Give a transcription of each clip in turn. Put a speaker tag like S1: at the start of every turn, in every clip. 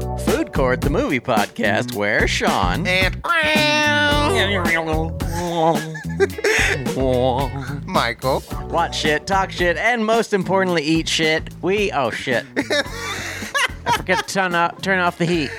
S1: Record the Movie podcast where Sean
S2: And Michael.
S1: watch shit, talk shit, and most importantly, eat shit. We, oh shit. I forget to turn off, turn off the heat.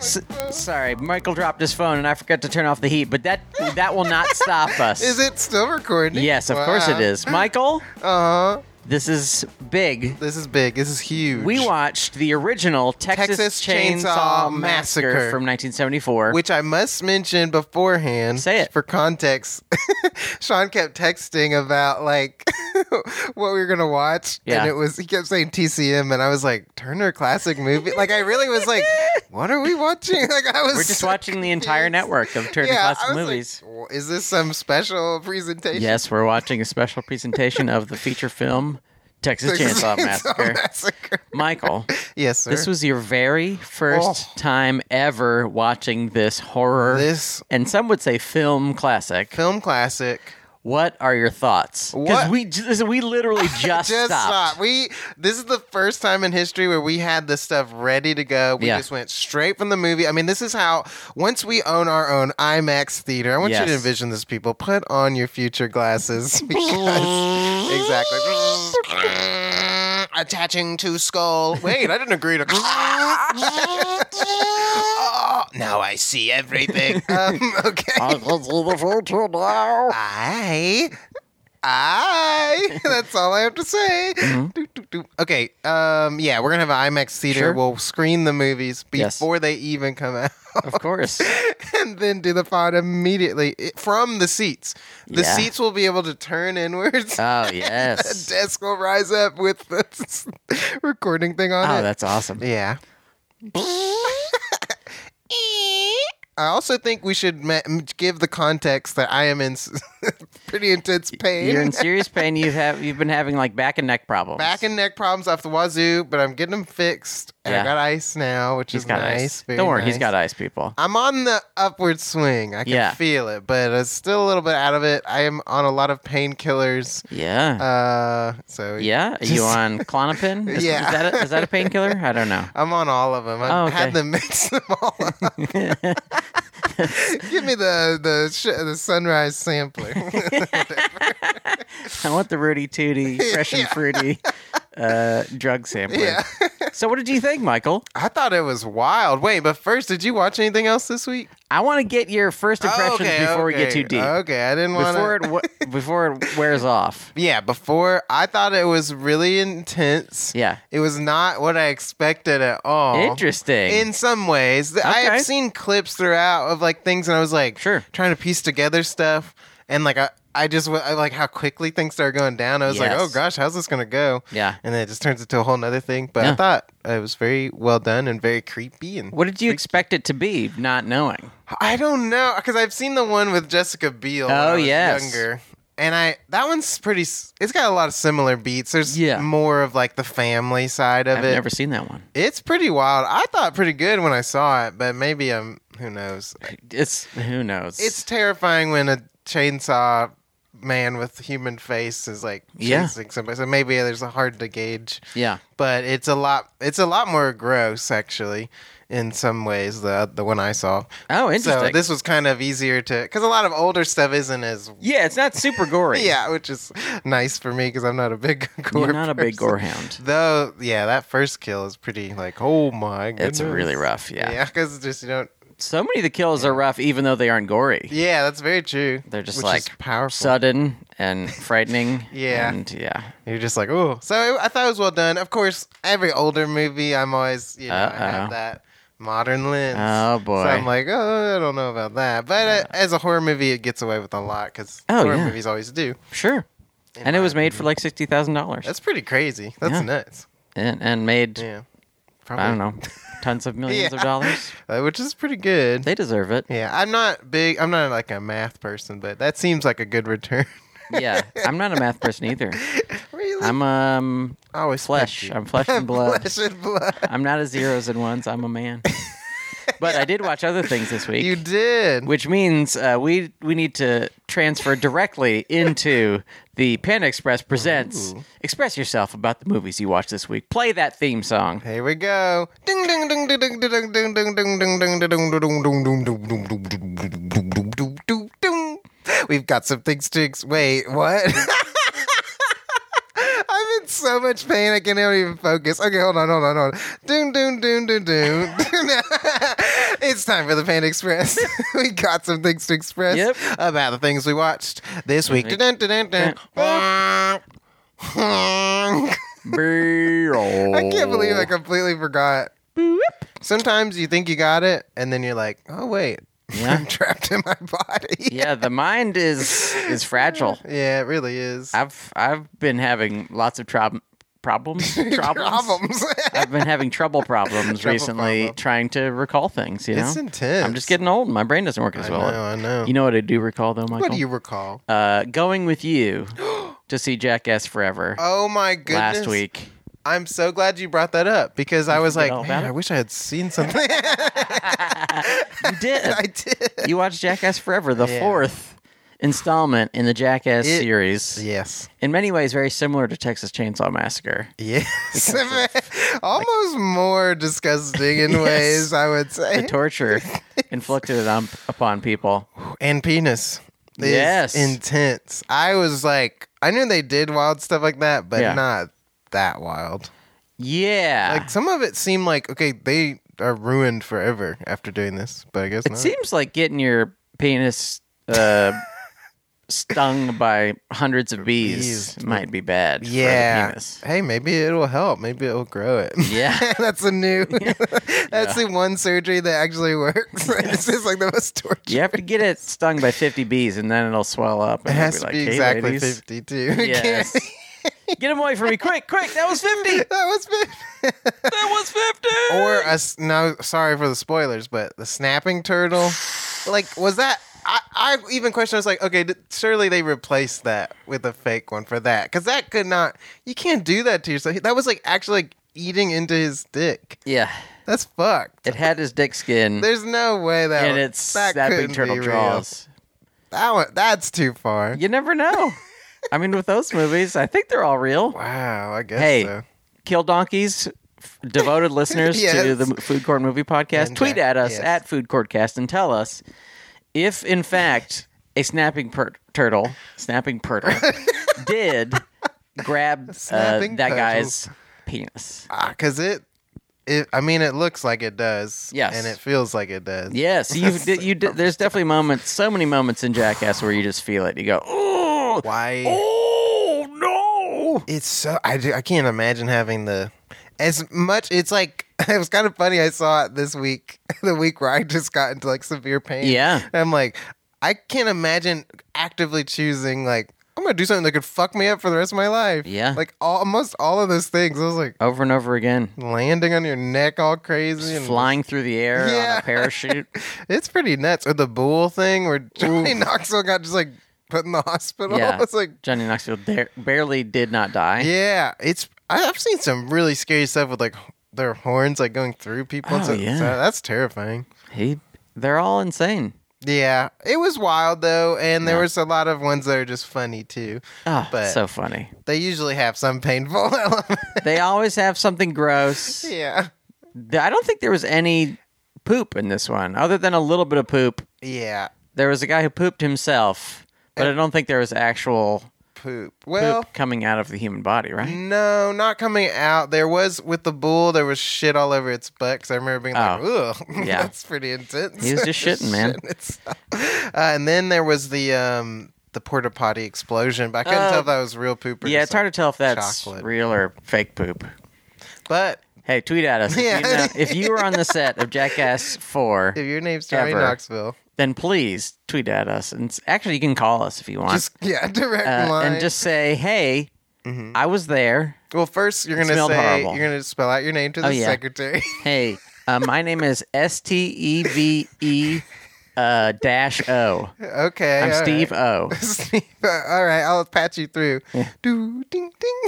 S1: S- sorry, Michael dropped his phone and I forgot to turn off the heat, but that that will not stop us.
S2: Is it still recording?
S1: Yes, of course it
S2: Wow.
S1: is. Michael,
S2: Uh-huh.
S1: this is big.
S2: This is big. This is huge.
S1: We watched the original Texas,
S2: Texas
S1: Chainsaw,
S2: Chainsaw
S1: Massacre,
S2: Massacre.
S1: from 1974.
S2: Which I must mention beforehand.
S1: Say it.
S2: For context. Sean kept texting about like what we were gonna watch.
S1: Yeah.
S2: And it was he kept saying TCM and I was like, Turner Classic Movie. like I really was like, what are we watching? Like I was
S1: We're just
S2: so
S1: watching the entire
S2: confused.
S1: network of Turner
S2: yeah,
S1: Classic
S2: I was
S1: Movies.
S2: Like, "Well, is this some special presentation?
S1: yes, we're watching a special presentation of the feature film Texas,
S2: Texas
S1: Chainsaw, Massacre.
S2: Massacre.
S1: Michael,
S2: Yes, sir.
S1: this was your very first
S2: Oh.
S1: time ever watching this horror
S2: this
S1: and some would say film classic.
S2: film classic.
S1: What are your thoughts? Because
S2: What-
S1: we j- we literally just,
S2: Just
S1: stopped.
S2: stop. We this is the first time in history where we had this stuff ready to go. We
S1: Yeah.
S2: just went straight from the movie. I mean, this is how once we own our own IMAX theater. I want you to
S1: Yes.
S2: envision this, people. Put on your future glasses because exactly attaching to skull. Wait, I didn't agree to. Oh, now I see everything. um, okay. I. I. That's all I have to say.
S1: Mm-hmm.
S2: Doot, doot, doot. Okay. Um. Yeah, we're gonna have an IMAX theater.
S1: Sure.
S2: We'll screen the movies
S1: Yes.
S2: before they even come out,
S1: Of course.
S2: and then do the pod immediately i- from the seats. The
S1: Yeah.
S2: seats will be able to turn inwards.
S1: Oh
S2: a
S1: yes.
S2: desk will rise up with the s- recording thing on
S1: Oh,
S2: it.
S1: that's awesome.
S2: Yeah. I also think we should ma- m- give the context that I am in s- pretty intense pain.
S1: You're in serious pain. You've have you've been having like back and neck problems.
S2: Back and neck problems off the wazoo, but I'm getting them fixed. And
S1: Yeah.
S2: I got ice now, which
S1: he's
S2: is
S1: got
S2: nice.
S1: ice.
S2: very
S1: Don't worry, he's
S2: nice.
S1: got ice, people.
S2: I'm on the upward swing. I can
S1: Yeah.
S2: feel it, but it's still a little bit out of it. I am on a lot of painkillers.
S1: Yeah,
S2: Uh, so
S1: yeah. Are you
S2: just-
S1: on clonopin? Is,
S2: Yeah.
S1: is that a, is that a painkiller? I don't know.
S2: I'm on all of them. I
S1: Oh,
S2: have
S1: okay.
S2: had them mix them all up. Give me the the sh- the sunrise sampler.
S1: I want the Rudy Tooty fresh and fruity uh, drug sampler.
S2: yeah,
S1: So, what did you think, Michael?
S2: I thought it was wild. Wait, but first, did you watch anything else this week?
S1: I want to get your first impressions
S2: okay,
S1: before we get
S2: okay,
S1: too deep.
S2: Okay, I didn't want
S1: Before it w- before it wears off.
S2: Yeah, before I thought it was really intense.
S1: Yeah.
S2: It was not what I expected at all.
S1: Interesting.
S2: In some ways, Th- I
S1: Okay.
S2: have seen clips throughout of like things, and I was like,
S1: Sure.
S2: trying to piece together stuff, and like I, I just wa- I like how quickly things started going down. I was like,
S1: Yes.
S2: oh gosh, how's this gonna go?
S1: Yeah.
S2: and then it just turns into a whole nother thing. But
S1: Yeah.
S2: I thought it was very well done and very creepy. And
S1: What did you expect it to be? Not knowing.
S2: I don't know because I've seen the one with Jessica Biel. when
S1: Oh,
S2: I was
S1: yes.
S2: younger. And I that one's pretty. s- It's got a lot of similar beats. There's
S1: Yeah.
S2: more of like the family side of
S1: I've
S2: it.
S1: never seen that one.
S2: It's pretty wild. I thought pretty good when I saw it, but maybe um, who knows?
S1: It's who knows.
S2: It's terrifying when a chainsaw man with human face is like
S1: Yeah.
S2: chasing somebody. So maybe there's a hard to gauge,
S1: yeah.
S2: but it's a lot. It's a lot more gross actually. In some ways, the the one I saw.
S1: Oh, interesting.
S2: So this was kind of easier to because a lot of older stuff isn't as
S1: Yeah, it's not super gory.
S2: yeah, which is nice for me because I'm not a big gore.
S1: You're not a big
S2: person.
S1: gore hound.
S2: Though, yeah, that first kill is pretty like oh my.
S1: It's
S2: Goodness.
S1: really rough. Yeah.
S2: Yeah, because just you don't.
S1: So many of the kills are rough, even though they aren't gory.
S2: Yeah, that's very true.
S1: They're just
S2: which
S1: like
S2: is powerful.
S1: sudden and frightening.
S2: Yeah.
S1: And yeah.
S2: You're just like oh. So it, I thought it was well done. Of course, every older movie, I'm always you know I
S1: Uh-oh.
S2: have that modern lens.
S1: Oh, boy.
S2: So I'm like oh I don't know about that, but uh, as a horror movie, it gets away with a lot because
S1: Oh,
S2: horror
S1: yeah.
S2: movies always do.
S1: Sure. And it was made for like sixty thousand dollars,
S2: That's pretty crazy. That's
S1: Yeah.
S2: nuts.
S1: and, and made
S2: Yeah. Probably.
S1: I don't know, tons of millions of
S2: Yeah.
S1: dollars.
S2: Uh, which is pretty good.
S1: They deserve it.
S2: yeah, I'm not big. I'm not like a math person, but that seems like a good return.
S1: Yeah, I'm not a math person either.
S2: really?
S1: I'm um,
S2: I always
S1: flesh.
S2: picky.
S1: I'm flesh and blood.
S2: flesh and blood.
S1: I'm not a zeros and ones. I'm a man. But I did watch other things this week.
S2: You did.
S1: which means uh, we we need to transfer directly into the Panda Express presents. Express yourself about the movies you watched this week. Play that theme song.
S2: Here we go. Ding ding ding ding ding ding ding ding ding ding ding ding ding ding ding ding ding ding ding ding. We've got some things to ex- wait. What? I'm in so much pain I can't even focus. Okay, hold on, hold on, hold on. Doom doom doom doom doom. it's time for the Pain Express. we got some things to express
S1: Yep.
S2: about the things we watched this week. Dun, dun, dun, dun. I
S1: I
S2: can't believe I completely forgot. Sometimes you think you got it, and then you're like, oh, wait,
S1: Yeah.
S2: I'm trapped in my body.
S1: Yeah, the mind is is fragile.
S2: Yeah, it really is.
S1: I've I've been having lots of trob- problems. Problems.
S2: Problems.
S1: I've been having trouble problems
S2: Trouble
S1: recently
S2: problem.
S1: trying to recall things. You know,
S2: it's intense.
S1: I'm just getting old. My brain doesn't work as
S2: I know,
S1: well.
S2: I know.
S1: You know what I do recall though, Michael?
S2: what do you recall?
S1: uh, going with you to see Jackass Forever
S2: Oh, my goodness.
S1: last week.
S2: I'm so glad you brought that up because I was like,
S1: all about
S2: man,
S1: it?
S2: I wish I had seen something.
S1: You did.
S2: I did.
S1: you watched Jackass Forever, the
S2: Yeah.
S1: fourth installment in the Jackass
S2: It-
S1: series.
S2: Yes.
S1: In many ways, very similar to Texas Chainsaw Massacre.
S2: Yes. Almost more disgusting in
S1: Yes.
S2: ways, I would say.
S1: The torture inflicted on, upon people.
S2: and penis. is
S1: Yes.
S2: intense. I was like, I knew they did wild stuff like that, but
S1: Yeah. Ah.
S2: not that wild.
S1: Yeah.
S2: Like some of it seemed like okay, they are ruined forever after doing this, but I guess
S1: it
S2: not.
S1: seems like getting your penis uh, stung by hundreds of bees,
S2: Bees.
S1: might be bad. for the
S2: yeah.
S1: penis.
S2: Hey, maybe it'll help. Maybe it'll grow it.
S1: Yeah.
S2: that's a new. that's the one surgery that actually works. It's just like the most torture.
S1: You have to get it stung by 50 bees and then it'll swell up. And
S2: It
S1: it'll
S2: has to
S1: like,
S2: be
S1: "Hey,
S2: exactly
S1: ladies."
S2: fifty-two.
S1: Yes. Get him away from me, quick, quick. That was 50.
S2: that was fifty.
S1: That was 50.
S2: or a s- no sorry for the spoilers but the snapping turtle like was that i, I even questioned i was like okay d- surely they replaced that with a fake one for that because that could not you can't do that to yourself that was like actually like eating into his dick
S1: yeah,
S2: that's fucked
S1: it had his dick skin
S2: there's no way that
S1: and
S2: was-
S1: it's
S2: that
S1: snapping
S2: couldn't
S1: turtle
S2: be real.
S1: jaws.
S2: that one, that's too far
S1: You never know. I mean, with those movies, I think they're all real.
S2: wow i guess
S1: Hey,
S2: so.
S1: Kill Donkeys, f- devoted listeners to
S2: Yes.
S1: the M- Food Court Movie Podcast,
S2: And
S1: tweet at
S2: Jack-
S1: us
S2: yes.
S1: at Food Courtcast and tell us if, in fact, a snapping per- turtle, snapping turtle, did grab uh,
S2: Snapping
S1: that
S2: turtle.
S1: guy's penis.
S2: because Ah, it it, I mean, it looks like it does.
S1: Yes.
S2: And it feels like it does.
S1: Yes, you did. You did. There's definitely moments, so many moments in Jackass where you just feel it. You go, oh,
S2: Why?
S1: oh no.
S2: It's so I do, I can't imagine having the as much. It's like it was kind of funny. I saw it this week, the week where I just got into like severe pain.
S1: Yeah.
S2: And I'm like, I can't imagine actively choosing like I'm gonna do something that could fuck me up for the rest of my life.
S1: Yeah.
S2: like all, almost all of those things. I was like
S1: Over and over again,
S2: landing on your neck all crazy and
S1: flying through the air on
S2: Yeah.
S1: a parachute.
S2: It's pretty nuts. Or the bull thing where Johnny Knoxville got just like put in the hospital.
S1: Yeah.
S2: it's like
S1: Johnny Knoxville dar- barely did not die.
S2: Yeah, it's I- I've seen some really scary stuff with like their horns like going through people.
S1: Oh,
S2: So-
S1: yeah.
S2: so that's terrifying.
S1: He, they're all insane.
S2: Yeah, it was wild though, and there
S1: Yeah.
S2: was a lot of ones that are just funny too.
S1: Oh,
S2: Ah, But-
S1: so funny.
S2: They usually have some painful element.
S1: They always have something gross.
S2: yeah,
S1: I don't think there was any poop in this one, other than a little bit of poop.
S2: yeah,
S1: There was a guy who pooped himself, but I don't think there was actual
S2: poop.
S1: poop
S2: Well, Mm,
S1: coming out of the human body, right?
S2: no, not coming out. There was with the bull. There was shit all over its butt. 'cause I remember being like, "Ugh,
S1: Oh, Yeah.
S2: that's pretty intense."
S1: He was just shitting, man.
S2: Shitting itself. Uh, and then there was the um the porta potty explosion, but I couldn't
S1: Oh.
S2: tell if that was real poop. Or
S1: Yeah,
S2: just,
S1: it's hard to tell if that's
S2: chocolate.
S1: real or fake poop.
S2: But
S1: Hey, tweet at us. If,
S2: Yeah.
S1: you, know, if you were on the set of Jackass 4,
S2: if your name's Johnny
S1: Ever.
S2: Knoxville,
S1: then please tweet at us. And s- actually, you can call us if you want.
S2: just yeah, direct
S1: Uh,
S2: line.
S1: and just say, hey,
S2: Mm-hmm.
S1: I was there.
S2: well, first you're
S1: It
S2: gonna
S1: smelled
S2: say
S1: horrible.
S2: you're gonna spell out your name to the
S1: Oh, yeah.
S2: secretary.
S1: Hey, uh, my name is S T E V E uh, dash O.
S2: okay,
S1: I'm
S2: all
S1: Steve
S2: right.
S1: O.
S2: Steve, uh, all right, I'll patch you through. Do ding ding.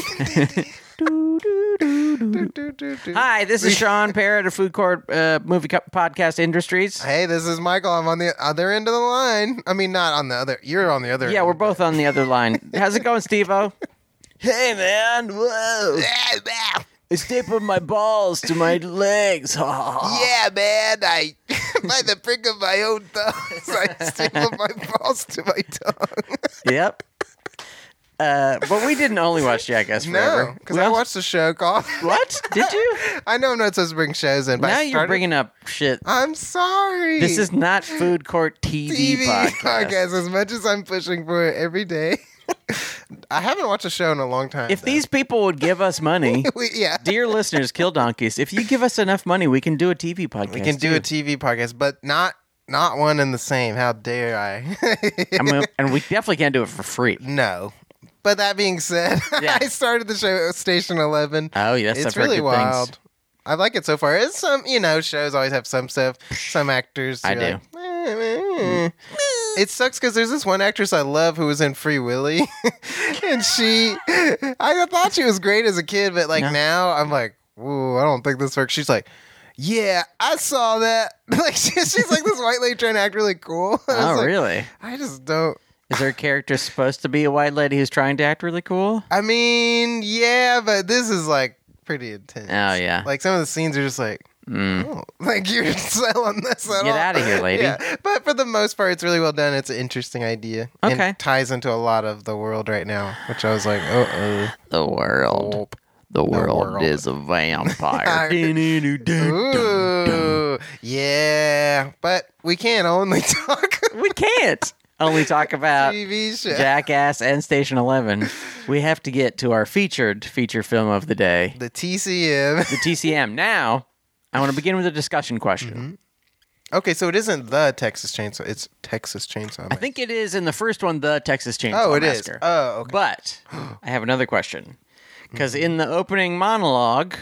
S1: Hi, this is Sean Parrott of Food Court uh, Movie Co- Podcast Industries.
S2: Hey, this is Michael. I'm on the other end of the line. I mean, not on the other. You're on the other.
S1: Yeah,
S2: end.
S1: we're both on the other line. How's it going, Steve-O? Hey, man. Whoa.
S2: Yeah, man.
S1: I stapled my balls to my legs. yeah.
S2: Yeah, man. I by the prick of my own thumbs, I stapled my balls to my tongue.
S1: Yep. Uh, but we didn't only watch Jackass Forever.
S2: No, because I
S1: Well,
S2: watched the show called.
S1: What? Did you?
S2: I know I'm not supposed to bring shows in, but
S1: now
S2: I
S1: you're
S2: started-
S1: bringing up shit.
S2: I'm sorry.
S1: This is not Food Court TV,
S2: TV
S1: podcast.
S2: podcast. As much as I'm pushing for it every day, I haven't watched a show in a long time.
S1: If
S2: though.
S1: these people would give us money,
S2: we, yeah,
S1: dear listeners, kill donkeys. If you give us enough money, we can do a TV podcast.
S2: we can do a TV podcast, but not not one and the same. How dare I?
S1: I mean, and we definitely can't do it for free.
S2: no. But that being said,
S1: Yeah.
S2: I started the show at Station Eleven.
S1: Oh, yes,
S2: it's
S1: I've heard
S2: really
S1: good things.
S2: wild. I like it so far. It's some, you know, shows always have some stuff, some actors.
S1: I
S2: you're like, "Eh, eh, eh." It sucks because there's this one actress I love who was in Free Willy, and she, I thought she was great as a kid, but like
S1: No.
S2: now I'm like, ooh, I don't think this works. She's like, yeah, I saw that. Like she- she's like this white lady trying to act really cool. I
S1: Oh,
S2: was like,
S1: really?
S2: I just don't.
S1: Is her character supposed to be a white lady who's trying to act really cool?
S2: I mean, yeah, but this is like pretty intense.
S1: Oh, yeah.
S2: Like some of the scenes are just like,
S1: Mm.
S2: oh, like you're selling this. At
S1: Get
S2: all.
S1: outta here, lady.
S2: Yeah. But for the most part, it's really well done. It's an interesting idea.
S1: Okay.
S2: And ties into a lot of the world right now, which I was like, uh
S1: The world.
S2: oh.
S1: The world,
S2: world.
S1: is a vampire.
S2: Ooh, yeah. But we can't only talk
S1: we can't only talk about
S2: TV show.
S1: Jackass and Station Eleven. We have to get to our featured feature film of the day.
S2: The TCM.
S1: the TCM. Now, I want to begin with a discussion question.
S2: Mm-hmm. Okay, so it isn't the Texas Chainsaw. It's Texas Chainsaw.
S1: I think it is in the first one, the Texas Chainsaw
S2: Oh, it is.
S1: Massacre.
S2: Oh, okay. Mm-hmm.
S1: But I have another question because in the opening monologue,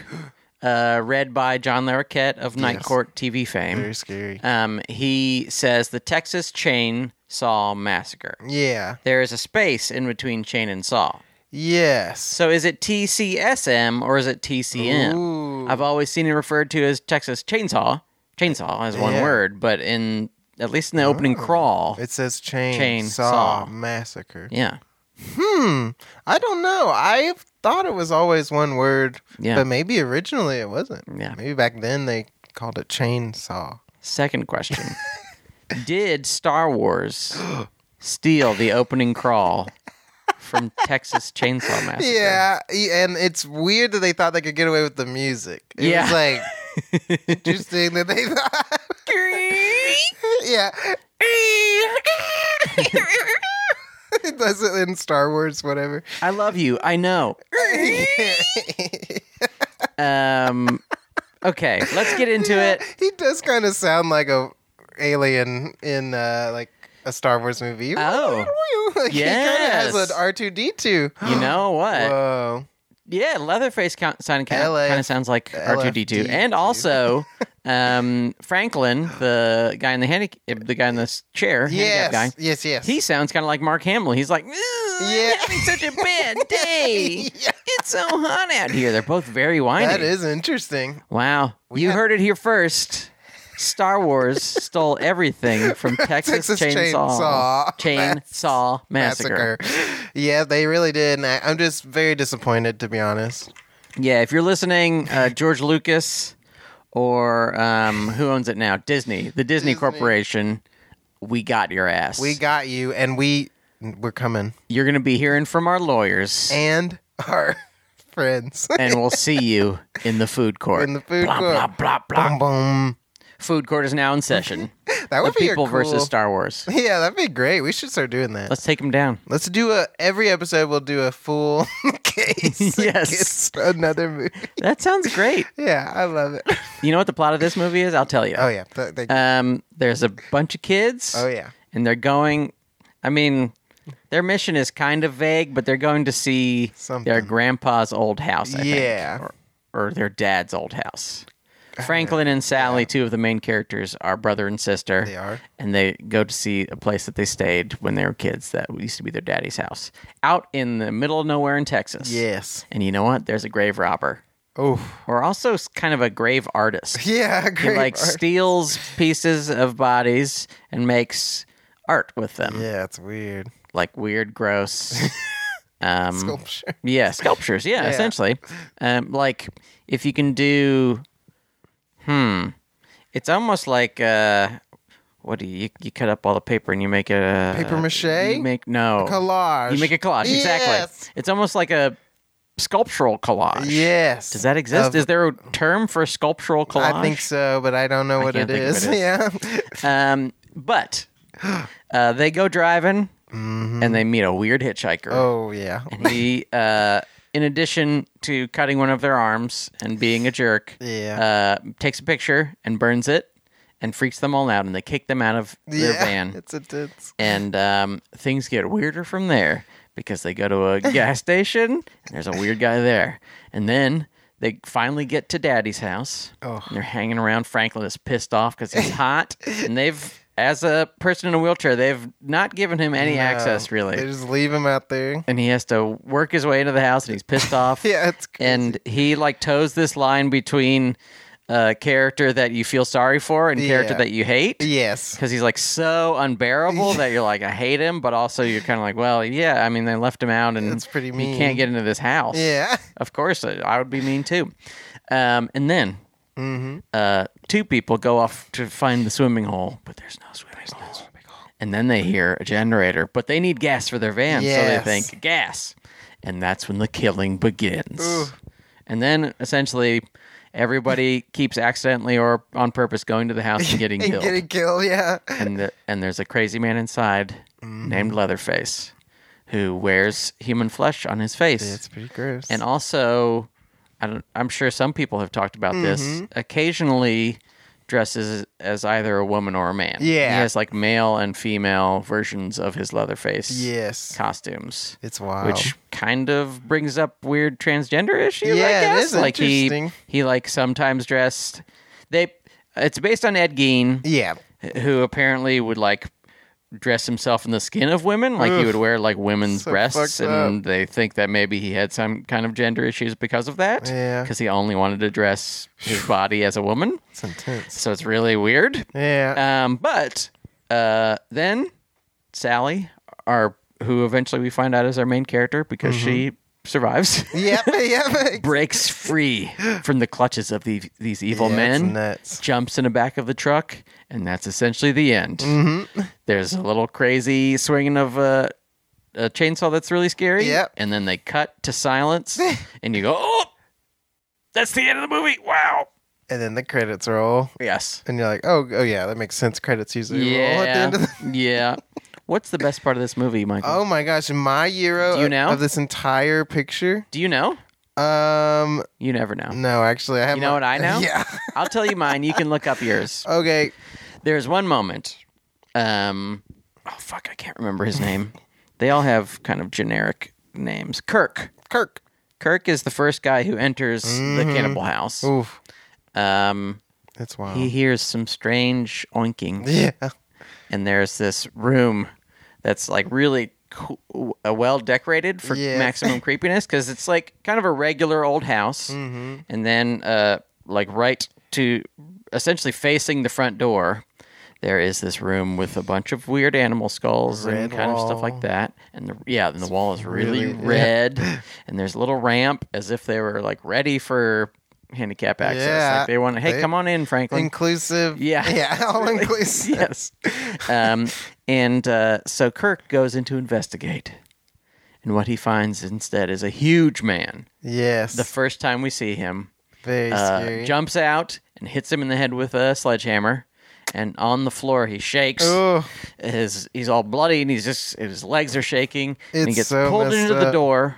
S1: uh, read by John Larroquette of Night
S2: Yes.
S1: Court TV fame,
S2: Very scary.
S1: um, he says the Texas Chainsaw Massacre.
S2: Yeah.
S1: There is a space in between chain and saw.
S2: Yes.
S1: So is it TCSM or is it TCM?
S2: Ooh.
S1: I've always seen it referred to as Texas chainsaw, chainsaw as one
S2: Yeah. Oh.
S1: word, but in at least in the opening crawl,
S2: It says chain,
S1: Chain saw.
S2: saw, massacre.
S1: yeah,
S2: Hmm. I don't know. I thought it was always one word,
S1: Yeah.
S2: but maybe originally it wasn't.
S1: Yeah.
S2: Maybe back then they called it chainsaw.
S1: Second question: Did Star Wars steal the opening crawl from Texas Chainsaw Massacre?
S2: Yeah, e- and it's weird that they thought they could get away with the music. It
S1: Yeah.
S2: was like interesting that they thought. yeah. it does it in Star Wars, whatever.
S1: I love you. I know. Um, okay, let's get into it.
S2: He does kind of sound like a alien in uh, like a Star Wars movie.
S1: Oh.
S2: like, he kind of
S1: Yes.
S2: has an R two D two.
S1: You know what?
S2: Whoa,
S1: Yeah, Leatherface kind of,
S2: LF
S1: kind of sounds like R2D2,
S2: LFD2.
S1: and also um, Franklin, the guy in the handicap, the guy in the s- chair,
S2: yes,
S1: handicap guy.
S2: yes, yes.
S1: He sounds kind of like Mark Hamill. He's like, yeah,
S2: Yeah.
S1: having such a bad day.
S2: Yeah.
S1: It's so hot out here. They're both very whiny.
S2: that is interesting.
S1: Wow,
S2: We
S1: you
S2: had-
S1: heard it here first. Star Wars stole everything from Texas,
S2: Texas
S1: Chainsaw
S2: Chainsaw
S1: Chainsaw Massacre.
S2: Yeah, they really did. And I, I'm just very disappointed, to be honest.
S1: Yeah, if you're listening, uh, George Lucas or um, who owns it now? Disney, the Disney,
S2: Disney.
S1: Corporation. We got your ass.
S2: We got you, and we we're coming,
S1: you're going to be hearing from our lawyers, and,
S2: and our friends
S1: we'll see you in the food court.
S2: in the food
S1: blah,
S2: court.
S1: blah blah blah.
S2: Boom, boom.
S1: Food court is now in session.
S2: That would
S1: the
S2: be a
S1: people
S2: cool...
S1: versus Star Wars.
S2: Yeah, that'd be great. We should start doing that.
S1: Let's take them down.
S2: Let's do a every episode. We'll do a full case.
S1: Yes.
S2: against another movie.
S1: That sounds great.
S2: Yeah, I love it.
S1: You know what the plot of this movie is? I'll tell you.
S2: Oh yeah, Th- they-
S1: Um, there's a bunch of kids.
S2: oh yeah.
S1: and they're going i mean their mission is kind of vague but they're going to see
S2: Something.
S1: their grandpa's old house I think,
S2: Yeah.
S1: or, or their dad's old house Franklin and Sally, two of the main characters, are brother and sister.
S2: They are.
S1: And they go to see a place that they stayed when they were kids that used to be their daddy's house out in the middle of nowhere in Texas.
S2: Yes.
S1: And you know what? There's a grave robber.
S2: Oh.
S1: Or also s- kind of a grave artist.
S2: Yeah.
S1: He
S2: Great.
S1: like
S2: art.
S1: steals pieces of bodies and makes art with them.
S2: yeah, it's weird. Oh,
S1: Like weird, gross. um,
S2: Sculpture.
S1: yeah, sculptures. Yeah, essentially. Um, like if you can do, hmm, it's almost like uh, what do you you- you cut up all the paper and you make a
S2: Paper mache?
S1: You make no
S2: collage.
S1: You make a collage.
S2: Yes.
S1: Exactly. It's almost like a sculptural collage.
S2: Yes.
S1: Does that exist?
S2: Of-
S1: is there a term for sculptural collage?
S2: I think so, but I don't know what
S1: can't
S2: it
S1: think of
S2: is.
S1: it is.
S2: Yeah.
S1: Um, but uh, they go driving and they meet a weird hitchhiker.
S2: Mm-hmm. oh yeah.
S1: he, uh, in addition to cutting one of their arms and being a jerk,
S2: Yeah.
S1: uh, takes a picture and burns it and freaks them all out, and they kick them out of their
S2: yeah.
S1: van.
S2: It's a it's
S1: And um, things get weirder from there because they go to a gas station and there's a weird guy there, and then. They finally get to Daddy's house.
S2: Oh.
S1: And they're hanging around. Franklin is pissed off because he's hot, and they've, as a person in a wheelchair, they've not given him any access
S2: No,
S1: really
S2: They just leave him out there.
S1: and he has to work his way into the house and he's pissed off.
S2: Yeah, it's crazy.
S1: And he like toes this line between uh, character that you feel sorry for and character
S2: Yeah.
S1: that you hate.
S2: Yes.
S1: Because he's like so unbearable that you're like, I hate him, but also you're kind of like, well, yeah, I mean, they left him out and
S2: That's pretty
S1: he
S2: mean.
S1: can't get into this house.
S2: Yeah.
S1: Of course, I- I would be mean too. Um, and then
S2: Mm-hmm.
S1: uh, two people go off to find the swimming hole, but there's no swimming hole. And then they hear a generator, but they need gas for their van,
S2: Yes.
S1: so they think gas. And that's when the killing begins. And then essentially, everybody keeps accidentally or on purpose going to the house and getting
S2: and
S1: killed.
S2: getting killed. Yeah.
S1: and, the, and there's a crazy man inside
S2: Mm-hmm.
S1: named Leatherface who wears human flesh on his face.
S2: It's pretty gross.
S1: And also, I don't, I'm sure some people have talked about this.
S2: Mm-hmm.
S1: Occasionally, dresses as either a woman or a man. he
S2: Yeah.
S1: has like male and female versions of his Leatherface
S2: yes.
S1: costumes,
S2: It's wild.
S1: which kind of brings up weird transgender issues. I
S2: Yeah, it
S1: guess.
S2: is
S1: like
S2: interesting.
S1: he he like sometimes dressed. They it's based on Ed Gein
S2: yeah.
S1: who apparently would like dress himself in the skin of women like he would wear like women's
S2: So
S1: breasts
S2: fucked
S1: and they think that maybe he had some kind of gender issues because of that
S2: Yeah.
S1: because he only wanted to dress his body as a woman
S2: It's intense.
S1: so it's really weird
S2: Yeah.
S1: um, but uh, then sally our who eventually we find out is our main character because she
S2: Mm-hmm.
S1: survives
S2: yep. Yep.
S1: breaks free from the clutches of the, these evil
S2: Yeah, it's
S1: men
S2: nuts.
S1: jumps in the back of the truck, and that's essentially the end.
S2: Mm-hmm.
S1: There's a little crazy swinging of a, a chainsaw that's really scary.
S2: Yep.
S1: And then they cut to silence, and you go, oh, that's the end of the movie. Wow.
S2: And then the credits roll,
S1: Yes.
S2: and you're like, oh, oh yeah, that makes sense. Credits usually roll at the
S1: Yeah.
S2: end of the.
S1: yeah. What's the best part of this movie, Michael?
S2: Oh my gosh, my euro
S1: Do you
S2: of-
S1: know?
S2: of this entire picture.
S1: Do you know?
S2: Um,
S1: You never know.
S2: no, actually, I have.
S1: You know
S2: my-
S1: what I know?
S2: Yeah.
S1: I'll tell you mine. You can look up yours.
S2: okay.
S1: There's one moment. Um, oh fuck, I can't remember his name. They all have kind of generic names. Kirk.
S2: Kirk. Mm-hmm.
S1: Kirk is the first guy who enters the cannibal house.
S2: Oof.
S1: Um,
S2: That's wild.
S1: he hears some strange oinking,
S2: Oh. yeah.
S1: and there's this room that's like really co- uh, well decorated for
S2: Yeah.
S1: maximum creepiness because it's like kind of a regular old house,
S2: Mm-hmm.
S1: and then uh, like right to essentially facing the front door. There is this room with a bunch of weird animal skulls and
S2: Red
S1: kind of stuff
S2: wall.
S1: like that that and the yeah and the wall is really,
S2: really- yeah.
S1: red and there's a little ramp as if they were like ready for handicap access
S2: Yeah.
S1: like they want to hey
S2: They-
S1: come on in franklin
S2: Inclusive.
S1: Yeah.
S2: Yeah. All inclusive.
S1: yes um, and uh, so kirk goes in to investigate and what he finds instead is a huge man
S2: Yes.
S1: the first time we see him
S2: Very
S1: uh,
S2: scary.
S1: jumps out and hits him in the head with a sledgehammer and on the floor he shakes
S2: Oh,
S1: his he's all bloody and he's just his legs are shaking and he
S2: It's
S1: gets
S2: so
S1: pulled
S2: messed
S1: into the
S2: up.
S1: door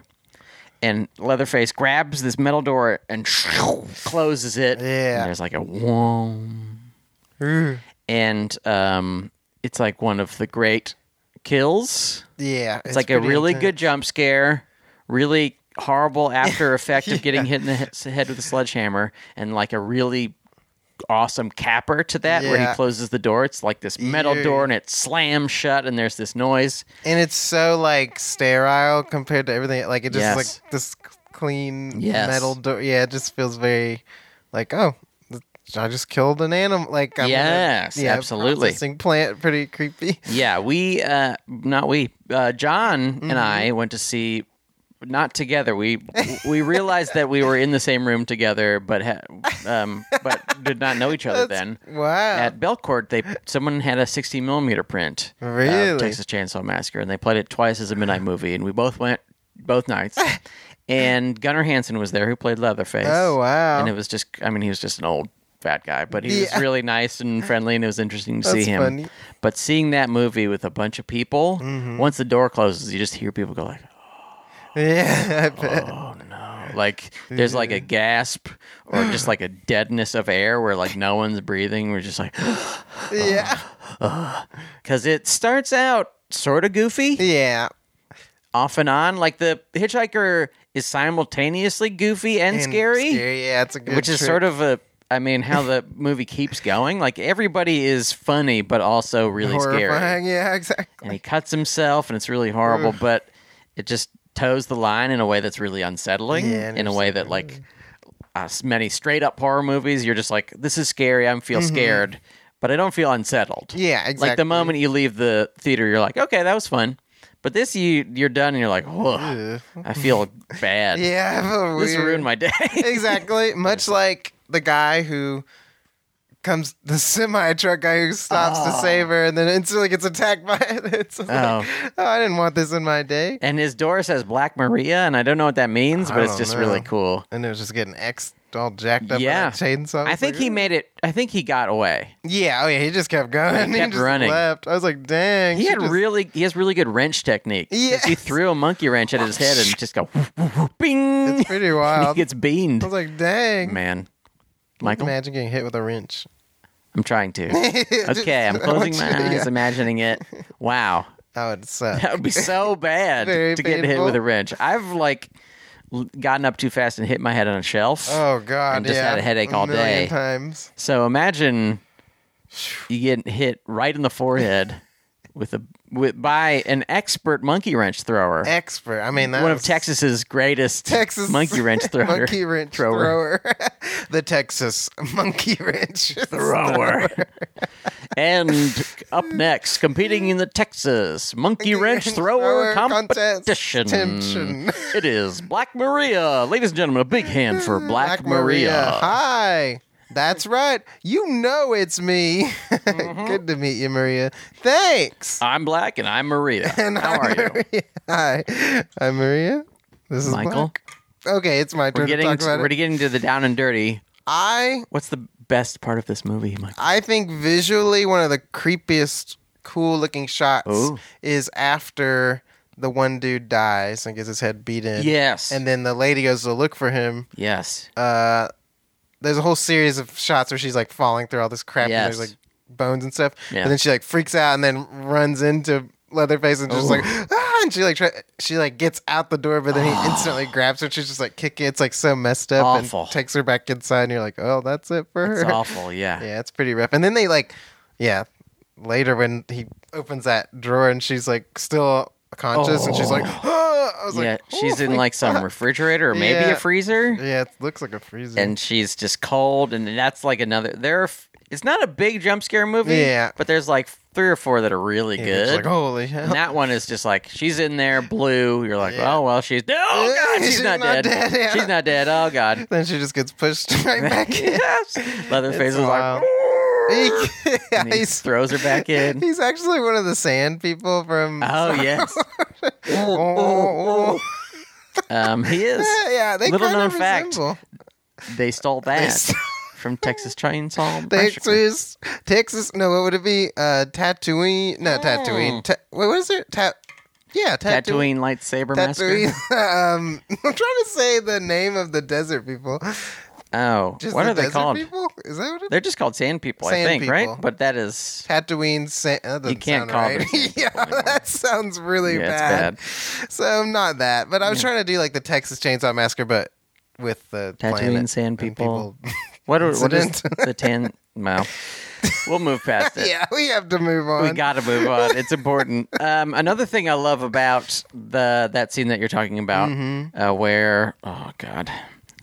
S1: and leatherface grabs this metal door and closes it
S2: Yeah.
S1: and there's like a whoom Mm.
S2: Ooh.
S1: and um it's like one of the great kills
S2: yeah.
S1: it's, like a
S2: pretty
S1: really
S2: intense.
S1: good jump scare really horrible after effect of getting hit in the he- head with a sledgehammer and like a really awesome capper to that where
S2: Yeah.
S1: he closes the door. It's like this metal
S2: Yeah.
S1: door and it slams shut and there's this noise.
S2: and it's so like sterile compared to everything. Like it just
S1: Yes.
S2: like this clean
S1: Yes.
S2: metal door. Yeah, it just feels very like oh, I just killed an animal. Like I'm gonna-
S1: Yes, absolutely.
S2: Processing plant, pretty creepy.
S1: Yeah, we uh not we. Uh John and
S2: Mm-hmm.
S1: I went to see not together. We we realized that we were in the same room together but ha- um but did not know each other then.
S2: Wow.
S1: At Belcourt, they someone had a 60 millimeter print
S2: Really?
S1: of Texas Chainsaw Massacre, and they played it twice as a midnight movie, and we both went both nights. and Gunnar Hansen was there, who played Leatherface.
S2: oh wow.
S1: And it was just, I mean, he was just an old fat guy, but he
S2: Yeah.
S1: was really nice and friendly, and it was interesting to
S2: That's
S1: see him.
S2: funny. Mm-hmm.
S1: But seeing that movie with a bunch of people, once the door closes, you just hear people go like,
S2: yeah, I bet.
S1: "Oh no!" Like there's like a gasp or just like a deadness of air where like no one's breathing. We're just like,
S2: yeah,
S1: because it starts out sort of goofy,
S2: yeah.
S1: off and on. Like the hitchhiker is simultaneously goofy and,
S2: And
S1: scary,
S2: Yeah, it's a good.
S1: which is
S2: trick.
S1: sort of a. I mean, how the movie keeps going. Like everybody is funny, but also really scary.
S2: horrifying. Yeah, exactly.
S1: And he cuts himself, and it's really horrible. But it just toes the line in a way that's really unsettling.
S2: Yeah, I
S1: in a way that like uh, s- many straight up horror movies, you're just like, this is scary. I am feel scared, but I don't feel unsettled.
S2: Yeah, Mm-hmm. exactly.
S1: Like the moment you leave the theater, you're like, okay, that was fun. But this, you you're done, and you're like, whoa,
S2: Ugh.
S1: I feel bad.
S2: Yeah, I feel
S1: this
S2: weird.
S1: ruined my day.
S2: exactly. Much like the guy who comes, the semi truck guy who stops to
S1: Ah.
S2: save her, and then instantly gets attacked by it. It's just like, oh, I didn't want this in my day.
S1: and his door says Black Maria, and I don't know what that means,
S2: I
S1: but it's
S2: don't
S1: just
S2: know.
S1: really cool.
S2: And it was just getting X all jacked up
S1: Yeah.
S2: yeah. by a chainsaw.
S1: I think he made it. I think he got away.
S2: Yeah, oh yeah, he just kept going.
S1: He kept
S2: just
S1: running.
S2: Left. I was like, dang.
S1: He
S2: she
S1: had
S2: just-
S1: really. He has really good wrench technique. 'Cause He
S2: Yes.
S1: threw a monkey wrench at his head and just go, bing.
S2: It's pretty
S1: He
S2: wild.
S1: gets beamed.
S2: I was like, dang.
S1: Man, Michael,
S2: Imagine getting hit with a wrench.
S1: I'm trying to. Okay, I'm closing my eyes,
S2: Yeah.
S1: imagining it. Wow,
S2: That would suck.
S1: That would be so bad
S2: Very
S1: to get hit
S2: painful.
S1: with a wrench. I've like l- gotten up too fast and hit my head on a shelf.
S2: Oh god,
S1: And just
S2: yeah.
S1: had a headache all
S2: million
S1: day.
S2: Times.
S1: So imagine you get hit right in the forehead with a with, by an expert monkey wrench thrower,
S2: Expert. I mean, that
S1: one of
S2: was-
S1: Texas's greatest
S2: Texas
S1: monkey wrench thrower.
S2: monkey wrench
S1: Thrower.
S2: thrower. the Texas monkey wrench
S1: Thrower. and up next, competing in the Texas Monkey Wrench Thrower
S2: contest.
S1: Competition.
S2: Tension.
S1: It is Black Maria. Ladies and gentlemen, a big hand for Black, Maria.
S2: Hi. That's right. You know it's me.
S1: Mm-hmm.
S2: Good to meet you, Maria. Thanks.
S1: I'm Black and I'm Maria. Uh, How
S2: I'm
S1: are you?
S2: Maria. Hi. I'm Maria. This is
S1: Michael?
S2: Black. Okay, it's my turn
S1: We're
S2: to
S1: getting
S2: talk
S1: to,
S2: about
S1: we're
S2: it.
S1: getting to the down and dirty.
S2: I
S1: What's the best part of this movie, Michael?
S2: I think visually one of the creepiest, cool looking shots
S1: Ooh.
S2: is after the one dude dies and gets his head beat in.
S1: Yes.
S2: And then the lady goes to look for him.
S1: yes.
S2: Uh, there's a whole series of shots where she's like falling through all this crap
S1: Yes.
S2: and there's like bones and stuff.
S1: Yeah.
S2: And then she like freaks out and then runs into Leatherface and just
S1: Ooh.
S2: like ah, and she like try, she like gets out the door, but then he instantly grabs her. She's just like kicking. It's like so messed up
S1: Awful.
S2: and takes her back inside. And you're like, oh, that's it for
S1: It's
S2: her.
S1: awful, yeah.
S2: Yeah, it's pretty rough. And then they like, yeah, later when he opens that drawer and she's like still conscious and she's like, oh. I was
S1: Yeah,
S2: like,
S1: she's
S2: "Oh
S1: in
S2: my
S1: like some refrigerator or maybe
S2: Yeah.
S1: a freezer.
S2: God." yeah, it looks like a freezer.
S1: and she's just cold and that's like another there are, f- it's not a big jump scare movie
S2: Yeah.
S1: but there's like three or four that are really
S2: Yeah,
S1: good
S2: It's like oh, holy hell.
S1: and that one is just like she's in there blue you're like
S2: Yeah.
S1: oh well she's oh
S2: Yeah,
S1: god she's,
S2: she's
S1: not, dead,
S2: not dead, yeah.
S1: she's not dead oh god
S2: then she just gets pushed right back in.
S1: yes leatherface
S2: It's
S1: is like
S2: wild. He- yeah,
S1: and he
S2: he's,
S1: throws her back in
S2: he's actually one of the sand people from.
S1: oh yes Ooh, ooh,
S2: Oh,
S1: ooh. um he is
S2: yeah, they
S1: Little
S2: kind
S1: known
S2: of
S1: fact.
S2: resemble.
S1: they stole that
S2: stole-
S1: from texas chainsaw Massacre.
S2: Texas, Texas. No, what would it be? Uh, Tatooine.
S1: Oh.
S2: No, Tatooine. Ta- wait, what is it? Ta- yeah,
S1: Tatooine
S2: Tatooine.
S1: lightsaber massacre.
S2: Tatooine. um, I'm trying to say the name of the desert people.
S1: Oh,
S2: Just
S1: what
S2: the
S1: are they
S2: desert
S1: called?
S2: People? Is that what it is?
S1: They're just called sand people, I
S2: Sand
S1: think,
S2: people.
S1: right? But that is
S2: Tatooine. San- that doesn't
S1: can't
S2: sound
S1: call
S2: right.
S1: them sand people
S2: yeah,
S1: anymore.
S2: that sounds really
S1: yeah, it's
S2: bad.
S1: bad.
S2: So not that, but I was trying to do like the Texas Chainsaw Massacre, but with the
S1: Tatooine
S2: planet
S1: sand
S2: and
S1: people. What, are, what is
S2: Incident.
S1: the tan? Well, we'll move past it.
S2: Yeah, we have to move on.
S1: We gotta move on. It's important. Um, another thing I love about the that scene that you're talking about,
S2: Mm-hmm.
S1: uh, where oh god,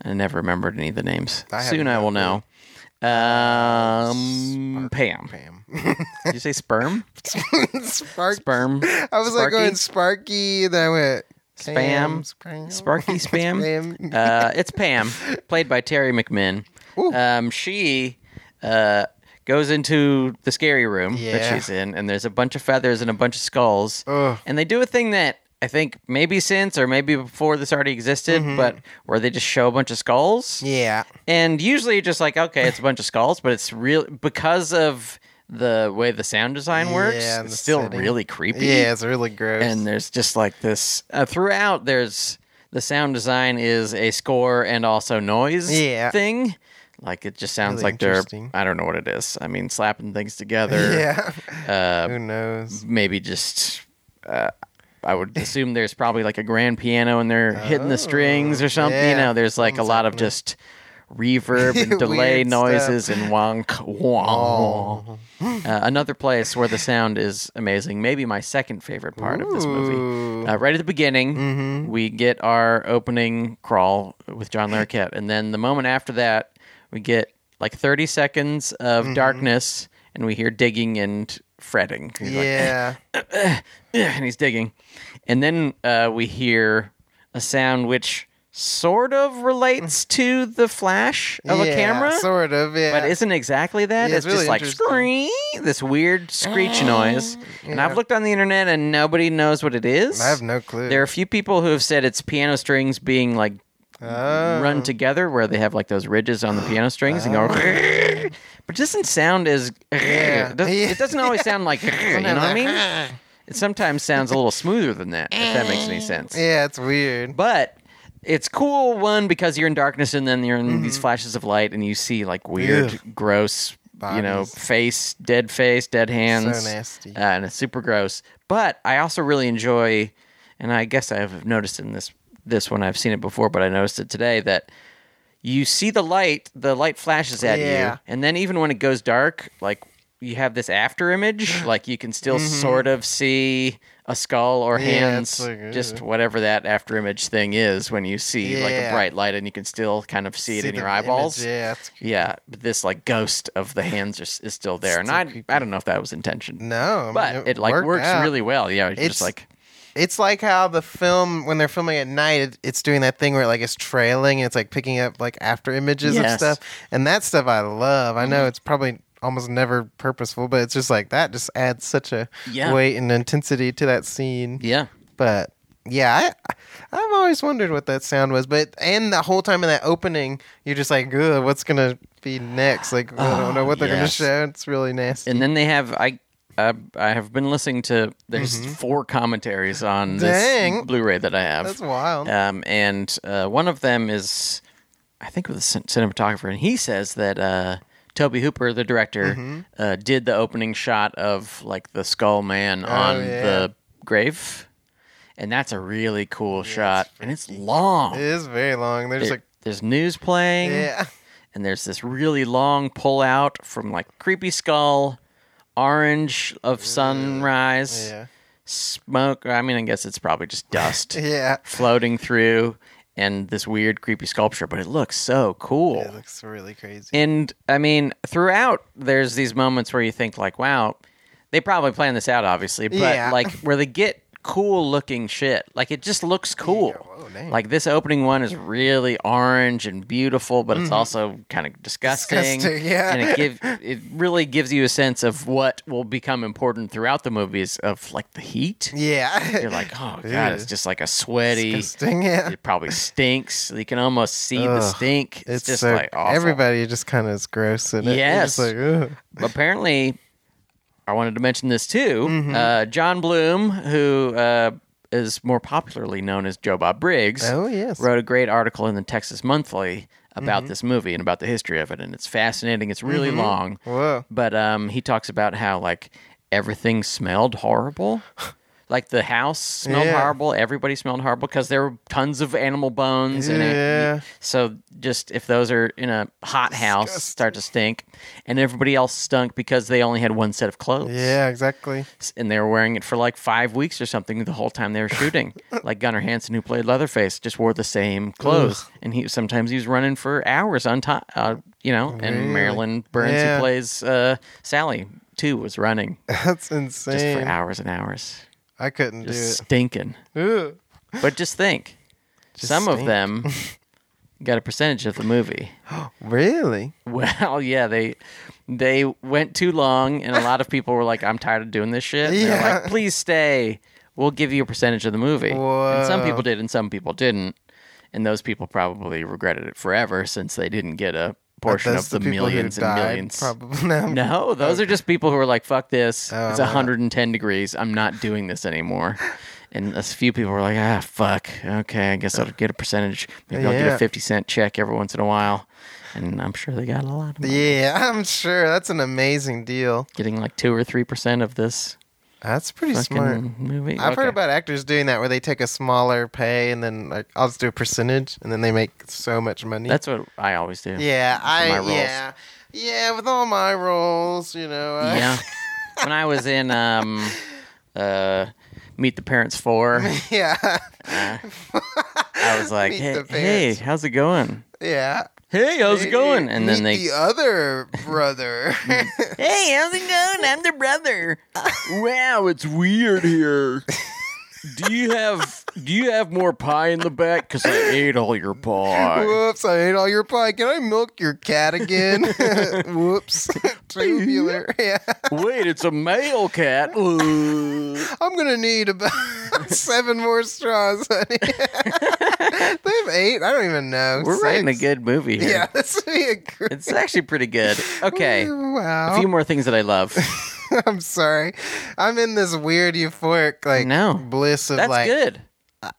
S1: I never remembered any of the names.
S2: I have
S1: Soon I
S2: no
S1: will know. Um, Pam.
S2: Pam.
S1: Did you say sperm?
S2: Spark.
S1: Sperm.
S2: I was like
S1: Sparky?
S2: going Sparky, then I went Cam,
S1: Spam. Sparky Spam.
S2: Spam.
S1: uh, it's Pam, played by Terry McMinn.
S2: Ooh.
S1: Um, she uh, goes into the scary room that
S2: Yeah.
S1: she's in, and there's a bunch of feathers and a bunch of skulls.
S2: Ugh.
S1: And they do a thing that I think maybe since or maybe before this already existed, but where they just show a bunch of skulls.
S2: Mm-hmm. Yeah.
S1: And usually you're just like, okay, it's a bunch of skulls, but it's real because of the way the sound design works,
S2: Yeah, and
S1: it's
S2: the
S1: still
S2: setting.
S1: really creepy
S2: Yeah, it's really gross.
S1: and there's just like this uh, throughout there's the sound design is a score and also noise
S2: Yeah.
S1: thing like it just sounds
S2: Really
S1: like they're
S2: interesting.
S1: i don't know what it is i mean slapping things together
S2: yeah.
S1: uh,
S2: Who knows?
S1: maybe just uh, i would assume there's probably like a grand piano and they're hitting the strings or something you
S2: yeah.
S1: know there's like a
S2: Something's
S1: lot of just reverb and
S2: Weird
S1: delay
S2: stuff. Oh.
S1: noises and wonk wonk uh, another place where the sound is amazing maybe my second favorite part of this movie
S2: Ooh. Mm-hmm.
S1: uh, right at the beginning, we get our opening crawl with John Larroquette, and then the moment after that, we get like 30 seconds of
S2: Mm-hmm.
S1: darkness, and we hear digging and fretting. He's like,
S2: yeah.
S1: and he's digging, and then uh, we hear a sound which sort of relates to the flash of a
S2: Yeah,
S1: camera.
S2: Sort of, yeah.
S1: But isn't exactly that.
S2: Yeah,
S1: it's
S2: it's
S1: just
S2: really
S1: like
S2: interesting.
S1: scree, this weird screech noise. And I've looked on the internet and nobody knows what it is.
S2: I have no clue.
S1: There are a few people who have said it's piano strings being like
S2: Oh.
S1: run together, where they have like those ridges on the piano strings and go. But it doesn't sound as.
S2: Yeah.
S1: It, doesn't, it doesn't always sound like. You know what I mean? It sometimes sounds a little smoother than that, if that makes any sense.
S2: Yeah, it's weird.
S1: But it's cool one because you're in darkness and then you're in
S2: Mm-hmm.
S1: these flashes of light and you see like weird, gross, you know,
S2: Bodies.
S1: face, dead face, dead hands.
S2: nasty.
S1: Uh, and it's super gross. But I also really enjoy, and I guess I've noticed in this this one I've seen it before, but I noticed it today that you see the light, the light flashes at
S2: Yeah.
S1: you, and then even when it goes dark, like you have this after image, like you can still sort of see a skull or hands,
S2: Mm-hmm. it's like, uh,
S1: just whatever that after image thing is when you see like a
S2: Yeah.
S1: bright light and you can still kind of see, it
S2: See
S1: in
S2: the
S1: your eyeballs.
S2: image, Yeah. it's-
S1: Yeah, but this like ghost of the hands is, is still there, and
S2: Still
S1: I
S2: creepy.
S1: I don't know if that was intention,
S2: No. I mean,
S1: but it, like
S2: worked
S1: works
S2: out.
S1: really well. Yeah, it's just
S2: It's-
S1: like
S2: It's like how the film when they're filming at night, it, it's doing that thing where like it's trailing and it's like picking up like after images
S1: Yes. Mm.
S2: of stuff, and that stuff I love. I know it's probably almost never purposeful, but it's just like that just adds such a
S1: Yeah.
S2: weight and intensity to that scene.
S1: yeah,
S2: But yeah, I I've always wondered what that sound was, but and the whole time in that opening, you're just like, Ugh, what's gonna be next? Like I
S1: Oh,
S2: don't know what they're
S1: yes.
S2: gonna show. It's really nasty.
S1: and then they have I. Uh, I have been listening to. There's four commentaries on this
S2: Mm-hmm. Dang.
S1: Blu-ray that I have.
S2: That's wild.
S1: Um, and uh, one of them is, I think, with a cin- cinematographer, and he says that uh, Toby Hooper, the director,
S2: Mm-hmm.
S1: uh, did the opening shot of like the skull man on
S2: Oh, yeah.
S1: the grave, and that's a really cool shot, and it's long.
S2: it is very long. They're just
S1: It-
S2: like
S1: there's news playing,
S2: Yeah.
S1: and there's this really long pull out from like creepy skull, orange of sunrise,
S2: Yeah.
S1: smoke. I mean, I guess it's probably just dust
S2: Yeah.
S1: floating through and this weird creepy sculpture but it looks so cool
S2: It looks really crazy.
S1: and i mean throughout there's these moments where you think like wow they probably planned this out obviously but
S2: Yeah.
S1: like where they get cool looking shit like it just looks cool
S2: whoa, dang.
S1: like this opening one is really orange and beautiful but it's also kind of disgusting,
S2: Mm-hmm. Disgusting, yeah.
S1: and it give it really gives you a sense of what will become important throughout the movies of like the heat
S2: yeah.
S1: you're like oh god
S2: Ew.
S1: it's just like a sweaty
S2: Disgusting, yeah.
S1: it probably stinks. You can almost see the
S2: Ugh.
S1: stink. It's, just
S2: so-
S1: like awful.
S2: everybody just kind of is gross in it. You're
S1: Yes.
S2: just like, ugh.
S1: Apparently, I wanted to mention this too.
S2: Mm-hmm.
S1: Uh, John Bloom, who uh, is more popularly known as Joe Bob Briggs,
S2: Oh yes. Mm-hmm.
S1: wrote a great article in the Texas Monthly about this movie and about the history of it, and it's fascinating. It's really long.
S2: Whoa.
S1: But um, he talks about how like everything smelled horrible. Like the house smelled
S2: Yeah.
S1: horrible. Everybody smelled horrible because there were tons of animal bones in
S2: Yeah.
S1: it. So just if those are in a hot house, start to stink, and everybody else stunk because they only had one set of clothes.
S2: Yeah, exactly.
S1: and they were wearing it for like five weeks or something the whole time they were shooting. like Gunnar Hansen, who played Leatherface, just wore the same clothes, and he sometimes he was running for hours on top, uh, you know. And Marilyn Burns,
S2: Yeah.
S1: who plays uh, Sally, too, was running
S2: That's
S1: just
S2: insane.
S1: for hours and hours,
S2: I couldn't do
S1: just
S2: it.
S1: stinking.
S2: Ugh.
S1: But just think, some of
S2: stink.
S1: them got a percentage of the movie.
S2: Really?
S1: Well, yeah, they they went too long, and a lot of people were like, "I'm tired of doing this shit." And They're
S2: Yeah.
S1: like, "Please stay. We'll give you a percentage of the movie." And some
S2: Whoa.
S1: people did, and some people didn't, and those people probably regretted it forever since they didn't get a portion
S2: That's
S1: of the,
S2: people who
S1: millions and
S2: died,
S1: millions.
S2: Probably. No,
S1: No, those are just people who are like, "Fuck this!
S2: Oh,
S1: it's
S2: I'm out.
S1: 110 degrees. I'm not doing this anymore." And a few people were like, "Ah, fuck. Okay, I guess I'll get a percentage. Maybe I'll get
S2: Yeah.
S1: a 50 cent check every once in a while." And I'm sure they got a lot. Of money.
S2: Yeah, I'm sure. That's an amazing deal.
S1: getting like two or three percent of this
S2: That's pretty
S1: fucking
S2: smart.
S1: movie.
S2: I've
S1: Okay.
S2: heard about actors doing that where they take a smaller pay and then like I'll just do a percentage and then they make so much money.
S1: That's what I always do.
S2: yeah, I
S1: my roles.
S2: yeah. Yeah, with all my roles, you know. I,
S1: Yeah. when I was in um, uh, Meet the Parents Four, uh,
S2: yeah.
S1: I was like,
S2: Meet
S1: hey,
S2: the
S1: hey,
S2: parents."
S1: how's it going?
S2: Yeah.
S1: Hey, how's it going? And then
S2: Meet
S1: they,
S2: the other brother.
S1: hey, how's it going? I'm the brother. wow, it's weird here. Do you have do you have more pie in the back? Because I ate all your pie.
S2: Whoops, I ate all your pie. Can I milk your cat again? Whoops. Tubular. Yeah.
S1: Wait, it's a male cat.
S2: I'm gonna need about seven more straws, honey. they have eight. I don't even know.
S1: We're
S2: Six.
S1: writing a good movie here.
S2: Yeah, this would be a great.
S1: It's actually pretty good. Okay.
S2: Wow.
S1: A few more things that I love.
S2: I'm sorry. I'm in this weird euphoric like
S1: know.
S2: bliss of
S1: That's
S2: like
S1: good.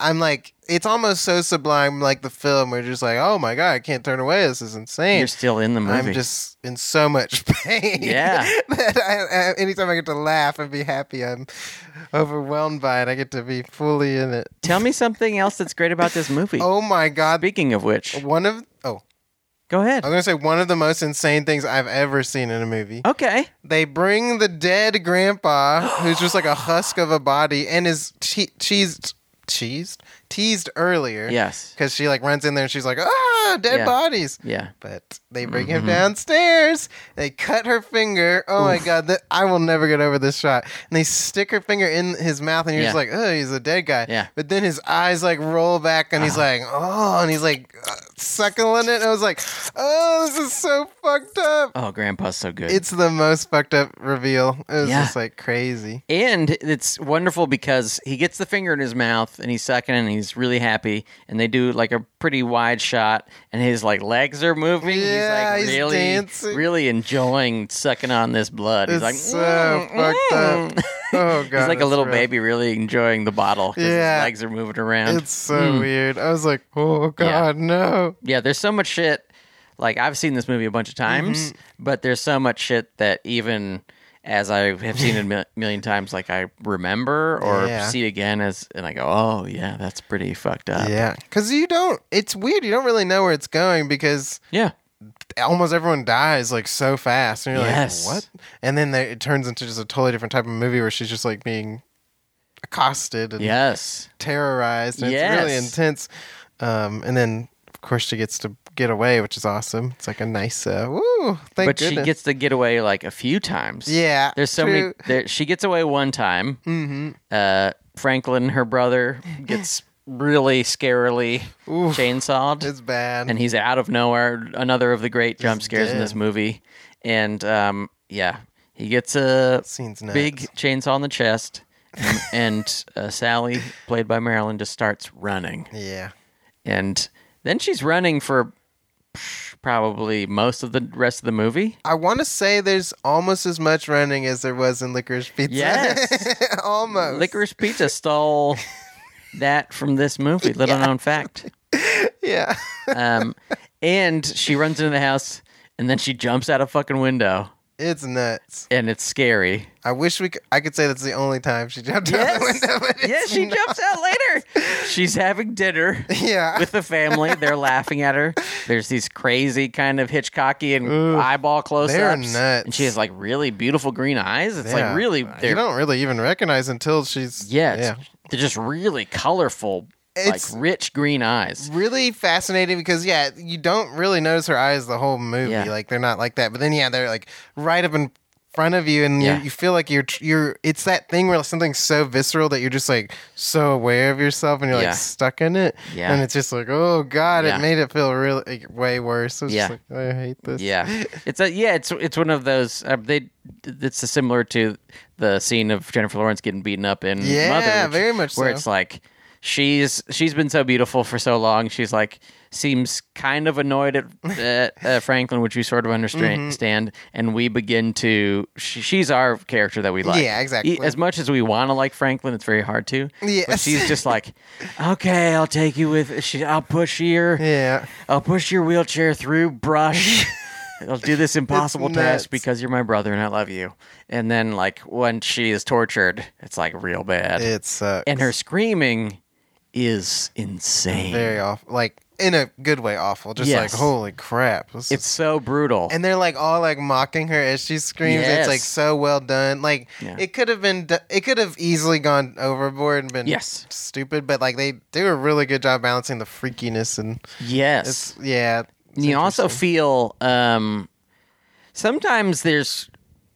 S2: I'm like it's almost so sublime like the film where you're just like oh my god I can't turn away this is insane.
S1: You're still in the movie.
S2: I'm just in so much pain.
S1: Yeah.
S2: that I, I, anytime I get to laugh and be happy, I'm overwhelmed by it. I get to be fully in it.
S1: Tell me something else that's great about this movie.
S2: Oh my god!
S1: Speaking of which,
S2: One of oh,
S1: go ahead.
S2: I was gonna say one of the most insane things I've ever seen in a movie.
S1: Okay.
S2: They bring the dead grandpa, who's just like a husk of a body, and is che- cheesed, cheesed, teased earlier.
S1: Yes.
S2: because she like runs in there and she's like, ah, dead
S1: Yeah.
S2: bodies.
S1: Yeah.
S2: But they bring him
S1: Mm-hmm.
S2: downstairs. They cut her finger. Oh my god! That, I will never get over this shot. And they stick her finger in his mouth, and you're just
S1: Yeah.
S2: like, "Oh, he's a dead guy."
S1: Yeah. Uh-huh.
S2: But then his eyes like roll back, and he's like, "Oh," and he's like uh, suckling it. And I was like, "Oh, this is so fucked up."
S1: Oh, Grandpa's so good.
S2: It's the most fucked up reveal. It was
S1: Yeah.
S2: just like crazy.
S1: and it's wonderful because he gets the finger in his mouth and he's sucking it and he's really happy. And they do like a pretty wide shot and his like legs are moving.
S2: Yeah,
S1: he's like
S2: he's
S1: really,
S2: dancing.
S1: really enjoying sucking on this blood.
S2: It's
S1: he's like,
S2: so
S1: "Mm,
S2: fucked up.
S1: mm."
S2: Oh god,
S1: he's like a
S2: it's
S1: little
S2: rough.
S1: baby, really enjoying the bottle. 'cause
S2: Yeah.
S1: his legs are moving around.
S2: It's so
S1: Mm.
S2: weird. I was like, "Oh god, no."
S1: yeah, there's so much shit. Like I've seen this movie a bunch of times,
S2: Mm-hmm.
S1: but there's so much shit that even as I have seen it a mil- million times, like I remember or
S2: Yeah.
S1: see again as, and I go, oh yeah, that's pretty fucked up.
S2: Yeah, because you don't. It's weird. You don't really know where it's going because
S1: Yeah.
S2: almost everyone dies like so fast, and you're
S1: Yes.
S2: like, "What?" And then they, it turns into just a totally different type of movie where she's just like being accosted and
S1: Yes.
S2: terrorized, and it's really
S1: Yes.
S2: intense. Um, and then of course she gets to get away, which is awesome. It's like a nice, uh, woo! Thank
S1: but
S2: goodness.
S1: she gets to get away like a few times.
S2: yeah.
S1: There's so many. There, she gets away one time. Mm-hmm. Uh, Franklin, her brother, gets really scarily chainsawed.
S2: It's bad.
S1: and he's out of nowhere. Another of the great jump scares in
S2: dead.
S1: this movie, and um, yeah, he gets a
S2: scene's nuts.
S1: big chainsaw in the chest, and, and uh, Sally, played by Marilyn, just starts running,
S2: Yeah.
S1: and then she's running for probably most of the rest of the movie.
S2: I want to say there's almost as much running as there was in Licorice Pizza.
S1: Yes.
S2: almost.
S1: Licorice Pizza stole that from this movie. Little known fact.
S2: Yeah.
S1: Um, and she runs into the house, and then she jumps out a fucking window.
S2: It's nuts.
S1: and it's scary.
S2: I wish we could, I could say that's the only time she jumped out the window. but
S1: yeah,
S2: it's
S1: she
S2: not.
S1: jumps out later. She's having dinner
S2: Yeah.
S1: with the family. They're laughing at her. There's these crazy kind of Hitchcocky and
S2: Ooh,
S1: eyeball close-ups.
S2: nuts.
S1: And she has like really beautiful green eyes. It's
S2: Yeah.
S1: like really
S2: you
S1: they're
S2: don't really even recognize until she's
S1: yeah, it's-
S2: yeah.
S1: they're just really colorful,
S2: It's-
S1: like rich green eyes.
S2: Really fascinating because yeah, you don't really notice her eyes the whole movie.
S1: Yeah.
S2: Like they're not like that, but then yeah, they're like right up in front of you, and
S1: Yeah.
S2: you, you feel like you're tr- you're. It's that thing where something's so visceral that you're just like so aware of yourself, and you're
S1: Yeah.
S2: like stuck in it.
S1: Yeah.
S2: and it's just like oh god,
S1: Yeah.
S2: it made it feel really like, way worse. It's
S1: Yeah.
S2: just like "Oh, I hate this.
S1: Yeah, it's a yeah. It's it's one of those. Uh, they it's similar to the scene of Jennifer Lawrence getting beaten up in
S2: Yeah,
S1: Mother, which-
S2: very much
S1: Where
S2: so.
S1: it's like she's she's been so beautiful for so long. She's like seems kind of annoyed at, at uh, Franklin, which we sort of
S2: Mm-hmm.
S1: understand. And we begin to she, she's our character that we like. E,
S2: Yeah, exactly.
S1: As much as we want to like Franklin, it's very hard to. But
S2: Yes.
S1: she's just like, okay, I'll take you with. She, I'll push here.
S2: yeah.
S1: I'll push your wheelchair through brush. I'll do this impossible
S2: nuts.
S1: task because you're my brother and I love you. And then, like, when she is tortured, it's like real bad.
S2: It sucks.
S1: and her screaming is insane.
S2: very awful, like in a good way, awful. Just
S1: Yes.
S2: like holy crap, this is
S1: it's so brutal.
S2: and they're like all like mocking her as she screams.
S1: Yes.
S2: It's like so well done. Like
S1: Yeah.
S2: it could have been, do- it could have easily gone overboard and been
S1: Yes.
S2: stupid. But like they do a really good job balancing the freakiness and
S1: yes.
S2: yeah,
S1: And you also feel um, sometimes there's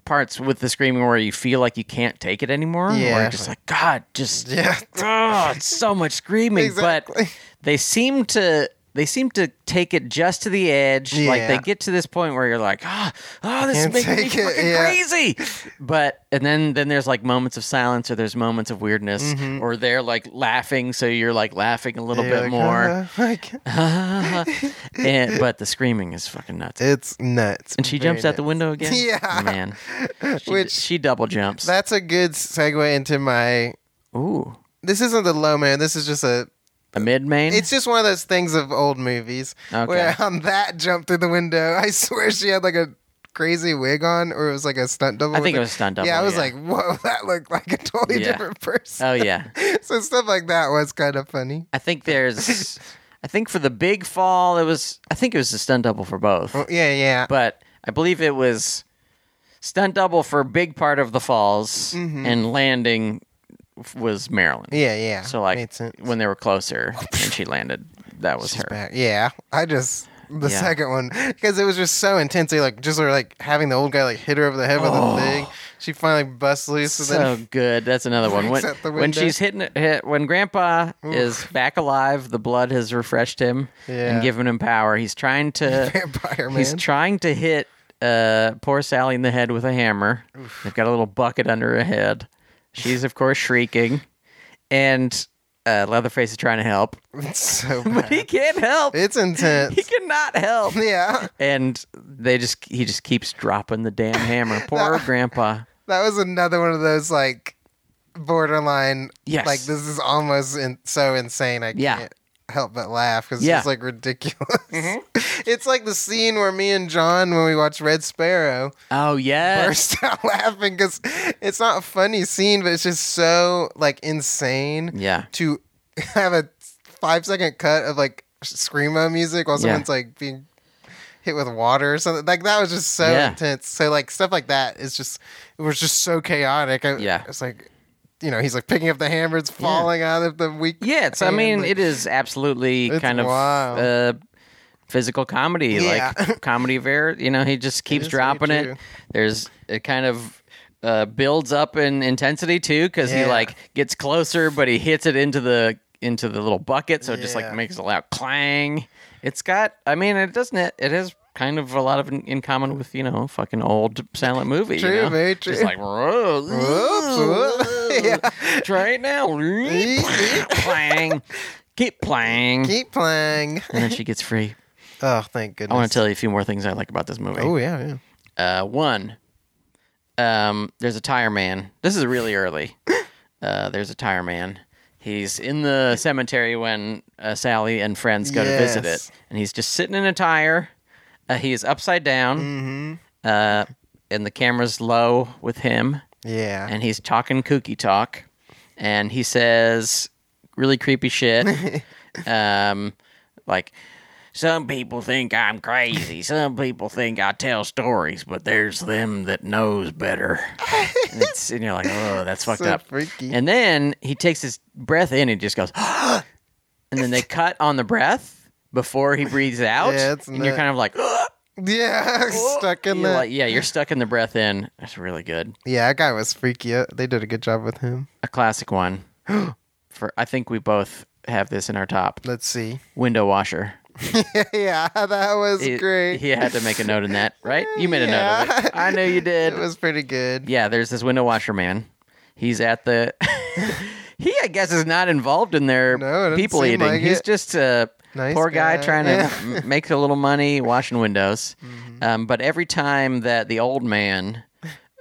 S1: parts with the screaming where you feel like you can't take it anymore. Yeah. Or
S2: Yeah.
S1: you're just like, God, just
S2: yeah,
S1: oh, it's so much screaming,
S2: Exactly.
S1: but they seem to they seem to take it just to the edge. Like
S2: Yeah.
S1: they get to this point where you're like, oh, oh this is
S2: Can't
S1: making me
S2: take it,
S1: fucking
S2: yeah.
S1: crazy. But and then then there's like moments of silence or there's moments of weirdness
S2: Mm-hmm.
S1: or they're like laughing, so you're like laughing a little
S2: You're
S1: bit
S2: like,
S1: more. Uh-huh.
S2: "Uh, I can't."
S1: and, but the screaming is fucking nuts.
S2: it's nuts.
S1: and she
S2: Very
S1: jumps out the
S2: nuts.
S1: window again.
S2: Yeah.
S1: man. She,
S2: Which-
S1: she double jumps.
S2: That's a good segue into my.
S1: Ooh,
S2: This isn't the low man. This is just a
S1: a mid main.
S2: It's just one of those things of old movies
S1: Okay.
S2: where on that jump through the window, I swear she had like a crazy wig on, or it was like a stunt
S1: I
S2: double.
S1: think it
S2: with
S1: was a stunt double,
S2: Yeah, I was
S1: yeah.
S2: like, whoa, that looked like a totally
S1: Yeah.
S2: different person.
S1: oh yeah.
S2: so stuff like that was kind of funny.
S1: I think there's. I think for the big fall, it was. I think it was a stunt double for both,
S2: Well, Oh, yeah, yeah,
S1: but I believe it was stunt double for a big part of the falls and landing f- was Marilyn.
S2: Mm-hmm. yeah, yeah.
S1: So like
S2: Made sense.
S1: when they were closer and she landed, that was her.
S2: Back- Yeah, I just. The
S1: Yeah.
S2: second one, because it was just so intensely like just her, like having the old guy like hit her over the head with
S1: Oh.
S2: a thing. She finally busts loose, and
S1: So
S2: then
S1: good. That's another one. When,
S2: Breaks out the
S1: when
S2: window.
S1: she's hitting hit, when Grandpa is back alive, the blood has refreshed him
S2: Yeah.
S1: and given him power. He's trying to
S2: vampire man.
S1: He's trying to hit uh, poor Sally in the head with a hammer. They've got a little bucket under her head. She's of course shrieking, and uh, Leatherface is trying to help,
S2: it's so
S1: but
S2: bad.
S1: he can't help.
S2: It's
S1: He
S2: intense.
S1: cannot help.
S2: yeah.
S1: And they just he just keeps dropping the damn hammer. Poor grandpa.
S2: That was another one of those like borderline.
S1: Yes.
S2: Like this is almost in, so insane. I
S1: Yeah.
S2: can't help but laugh because
S1: Yeah.
S2: it's just like ridiculous. it's like the scene where me and John when we watch Red Sparrow
S1: Oh yes,
S2: burst out laughing because it's not a funny scene, but it's just so like insane
S1: yeah.
S2: to have a five second cut of like screamo music while
S1: Yeah.
S2: someone's like being hit with water or something like that was just so
S1: Yeah.
S2: intense so like stuff like that is just it was just so chaotic I,
S1: Yeah.
S2: it's like you know he's like picking up the hammer it's falling out of the weak
S1: Yeah, it's, I
S2: hand,
S1: mean,
S2: like-
S1: it is absolutely
S2: It's
S1: kind of
S2: wild.
S1: uh, physical comedy,
S2: Yeah.
S1: like comedy of error. You know, he just keeps
S2: is
S1: dropping
S2: very
S1: it.
S2: true.
S1: There's it kind of uh, builds up in intensity too, because he
S2: Yeah.
S1: like gets closer, but he hits it into the into the little bucket, so it just like
S2: Yeah.
S1: makes a loud clang. It's got, I mean, it doesn't. It, it has kind of a lot of in, in common with you know fucking old silent movie. you
S2: True,
S1: know?
S2: very
S1: Just
S2: true.
S1: like whoa,
S2: Whoops, whoops. Yeah.
S1: Try it now. playing. Keep playing.
S2: keep playing
S1: and then she gets free.
S2: oh thank goodness
S1: I want to tell you a few more things I like about this movie.
S2: oh yeah yeah
S1: Uh, one, um, there's a tire man. This is really early. Uh, there's a tire man. He's in the cemetery when uh, Sally and friends go to visit it,
S2: Yes. Mm-hmm.
S1: and he's just sitting in a tire. Uh, he is upside down. Uh, and the camera's low with him,
S2: Yeah.
S1: and he's talking kooky talk, and he says really creepy shit, um, like. Some people think I'm crazy. Some people think I tell stories, but there's them that knows better. And, it's, and you're like, oh, that's fucked
S2: So
S1: up.
S2: freaky.
S1: And then he takes his breath in and just goes, and then they cut on the breath before he breathes out.
S2: Yeah, it's
S1: and you're
S2: nut-
S1: kind of like,
S2: yeah, stuck in
S1: you're
S2: that.
S1: Oh, like- yeah, you're stuck in the breath in. That's really good.
S2: yeah, that guy was freaky. Uh, They did a good job with him.
S1: A classic one. For I think we both have this in our top
S2: Let's see.
S1: window washer.
S2: yeah, that was
S1: It-
S2: great.
S1: He had to make a note in that, right? You made a note of
S2: Yeah.
S1: it. I know you did.
S2: It was pretty good.
S1: yeah, there's this window washer man. He's at the. he, I guess, is not involved in their
S2: No, it doesn't
S1: people
S2: seem
S1: eating.
S2: like
S1: He's
S2: it.
S1: just a
S2: Nice
S1: poor guy,
S2: guy.
S1: trying
S2: Yeah. Mm-hmm.
S1: to m- make a little money washing windows. Um, but every time that the old man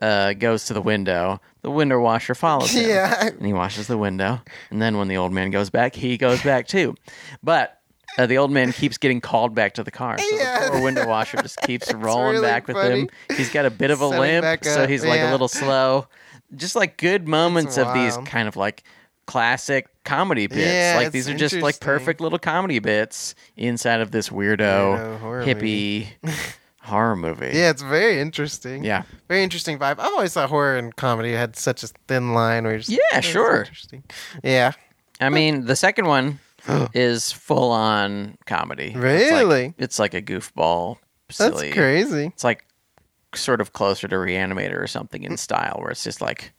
S1: uh, goes to the window, the window washer follows him.
S2: Yeah.
S1: And he washes the window. And then when the old man goes back, he goes back too. But. Uh, the old man keeps getting called back to the car. So
S2: Yeah.
S1: the poor window washer just keeps rolling
S2: really
S1: back with him. He's got a bit of a
S2: Setting
S1: limp,
S2: back
S1: so
S2: up,
S1: he's like a
S2: yeah.
S1: little slow. Just like good moments of these
S2: wild.
S1: kind of like classic comedy bits.
S2: Yeah,
S1: like
S2: it's
S1: these are just like
S2: interesting.
S1: perfect little comedy bits inside of this
S2: Weirdo
S1: weirdo
S2: horror
S1: hippie horror movie.
S2: Yeah, it's very interesting.
S1: Yeah.
S2: Very interesting vibe. I've always thought horror and comedy had such a thin line where you're just
S1: Yeah,
S2: "Oh, that's
S1: sure.
S2: Interesting. Yeah.
S1: I mean, the second one is full on comedy. It's like-
S2: Really?
S1: It's like, a goofball
S2: That's
S1: silly.
S2: crazy.
S1: It's like sort of closer to Reanimator or something
S2: Mm.
S1: in style where it's just like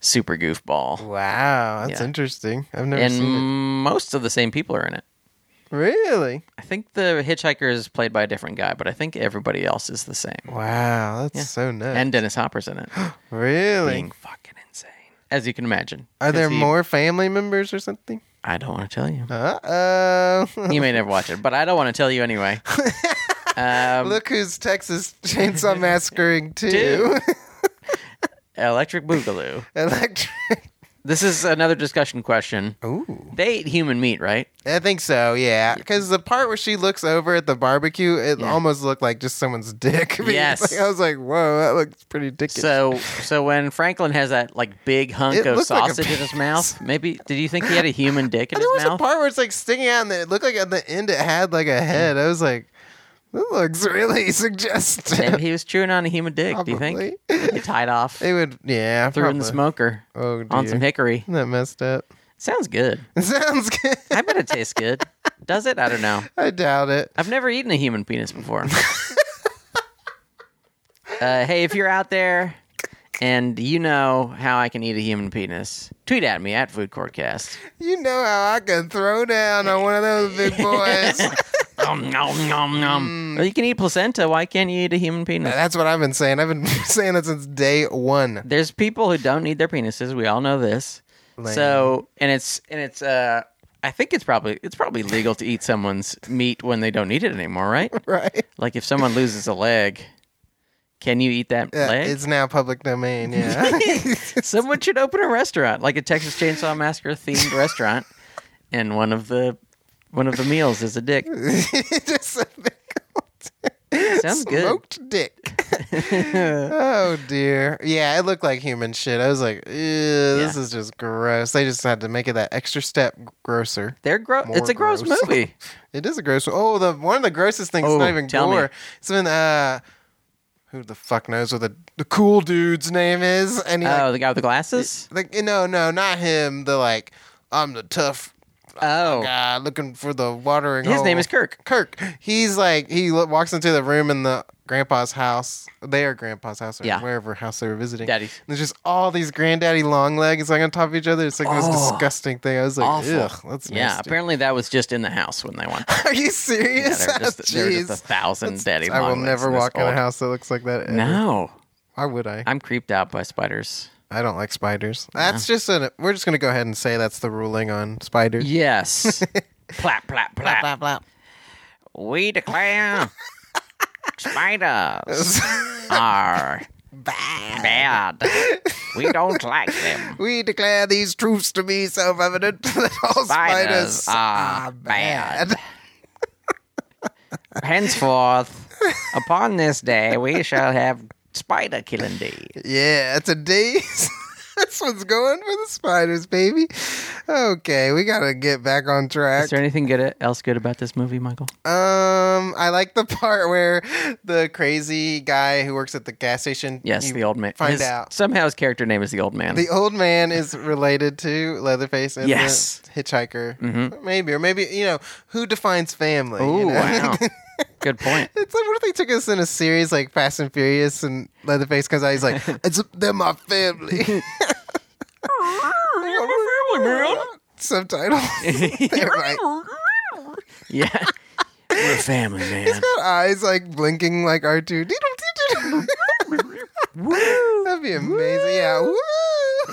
S1: super goofball.
S2: Wow, that's
S1: Yeah.
S2: interesting. I've never
S1: And
S2: seen
S1: most of the same people are in it.
S2: it. Really?
S1: I think the hitchhiker is played by a different guy, but I think everybody else is the same.
S2: Wow, that's
S1: Yeah.
S2: so nuts.
S1: And Dennis Hopper's in it,
S2: really?
S1: being fucking insane, as you can imagine.
S2: Are
S1: 'Cause
S2: there
S1: he-
S2: more family members or something?
S1: I don't want to tell you.
S2: Uh oh.
S1: You may never watch it, but I don't want to tell you anyway. Um,
S2: Look who's Texas Chainsaw Massacring too.
S1: Dude. Electric Boogaloo.
S2: Electric.
S1: This is another discussion question.
S2: Ooh.
S1: They eat human meat, right?
S2: I think so, yeah. Because the part where she looks over at the barbecue, it
S1: Yeah.
S2: almost looked like just someone's dick. Because,
S1: Yes.
S2: like, I was like, whoa, that looks pretty dickish.
S1: So, so when Franklin has that like big hunk
S2: It
S1: of
S2: looked like a
S1: sausage in his
S2: penis.
S1: mouth, maybe did you think he had a human dick in
S2: and there was
S1: his mouth? Mm.
S2: a part where it's like sticking out, and then it looked like at the end it had like a head. I was like, that looks really suggestive.
S1: Maybe he was chewing on a human dick. Do you think?
S2: Probably.
S1: He tied off,
S2: They would, yeah.
S1: threw it in the
S2: probably.
S1: smoker
S2: Oh,
S1: on
S2: dear.
S1: some hickory.
S2: Isn't that messed up?
S1: Sounds good.
S2: Sounds good.
S1: I bet it tastes good. Does it? I don't know.
S2: I doubt it.
S1: I've never eaten a human penis before. uh, hey, if you're out there and you know how I can eat a human penis, tweet at me at Food Courtcast.
S2: You know how I can throw down on one of those big boys.
S1: Nom, nom, nom,
S2: Mm.
S1: nom. Or you can eat placenta. Why can't you eat a human penis?
S2: That's what I've been saying. I've been saying that since day one.
S1: There's people who don't need their penises. We all know this.
S2: Lame.
S1: So, and it's and it's uh, I think it's probably it's probably legal to eat someone's meat when they don't need it anymore, right?
S2: Right?
S1: Like if someone loses a leg, can you eat that
S2: Yeah,
S1: leg?
S2: Uh, it's now public domain. Yeah.
S1: Someone should open a restaurant, like a Texas Chainsaw Massacre themed restaurant, and one of the one of the meals is a dick.
S2: Just a big old
S1: Sounds good.
S2: smoked dick. oh dear. Yeah, it looked like human shit. I was like, "Ew, this is just gross. They just had to make it that extra step grosser.
S1: They're gross.
S2: More
S1: It's a gross,
S2: gross.
S1: movie.
S2: It is a gross. Oh, the one of the grossest things
S1: Oh,
S2: is not even
S1: tell me.
S2: gore. It's when uh, who the fuck knows what the the cool dude's name is, and he like,
S1: Oh, the guy with the glasses.
S2: like no no not him. The like I'm the tough
S1: Oh,
S2: guy looking for the watering.
S1: his name
S2: hole.
S1: is Kirk.
S2: Kirk. He's like he lo- walks into the room in the grandpa's house, their grandpa's house, or
S1: Yeah.
S2: wherever house they were visiting.
S1: Daddy's.
S2: And there's just all these granddaddy long legs like on top of each other. It's like the
S1: Oh.
S2: most disgusting thing. I was like,
S1: Awful.
S2: ugh, that's
S1: Yeah,
S2: nasty.
S1: apparently that was just in the house when they went.
S2: Are you
S1: Yeah,
S2: serious?
S1: there were just, there were just a
S2: Jeez.
S1: thousand daddy.
S2: I will
S1: long legs
S2: never
S1: this
S2: walk in a
S1: old-
S2: house that looks like that. ever.
S1: No,
S2: Why would I?
S1: I'm creeped out by spiders.
S2: I don't like spiders. That's just an. We're just gonna go ahead and say that's the ruling on spiders.
S1: Yes. plap plap
S2: Blah,
S1: plap.
S2: blah, blah.
S1: We declare spiders are bad. We don't like them.
S2: We declare these truths to be self-evident that all spiders,
S1: Spiders are bad. Henceforth, upon this day, we shall have Spider killing day.
S2: Yeah, it's a daze. this one's going for the spiders, baby. Okay, we gotta get back on track.
S1: Is there anything good else good about this movie, Michael?
S2: Um, I like the part where the crazy guy who works at the gas station.
S1: Yes,
S2: you
S1: the old man.
S2: Find
S1: his-
S2: out
S1: Somehow his character name is the old man.
S2: the old man is related to Leatherface and
S1: Yes. Mm-hmm.
S2: the hitchhiker. Maybe, or maybe you know who defines family. you
S1: oh
S2: know?
S1: wow, good point.
S2: It's like what if they took us in a series like Fast and Furious and Leatherface comes out, he's like, it's, "They're my family." Subtitle. They're right.
S1: Yeah, we're a family, man.
S2: Got eyes like blinking like R two. That'd be amazing. Yeah. Woo!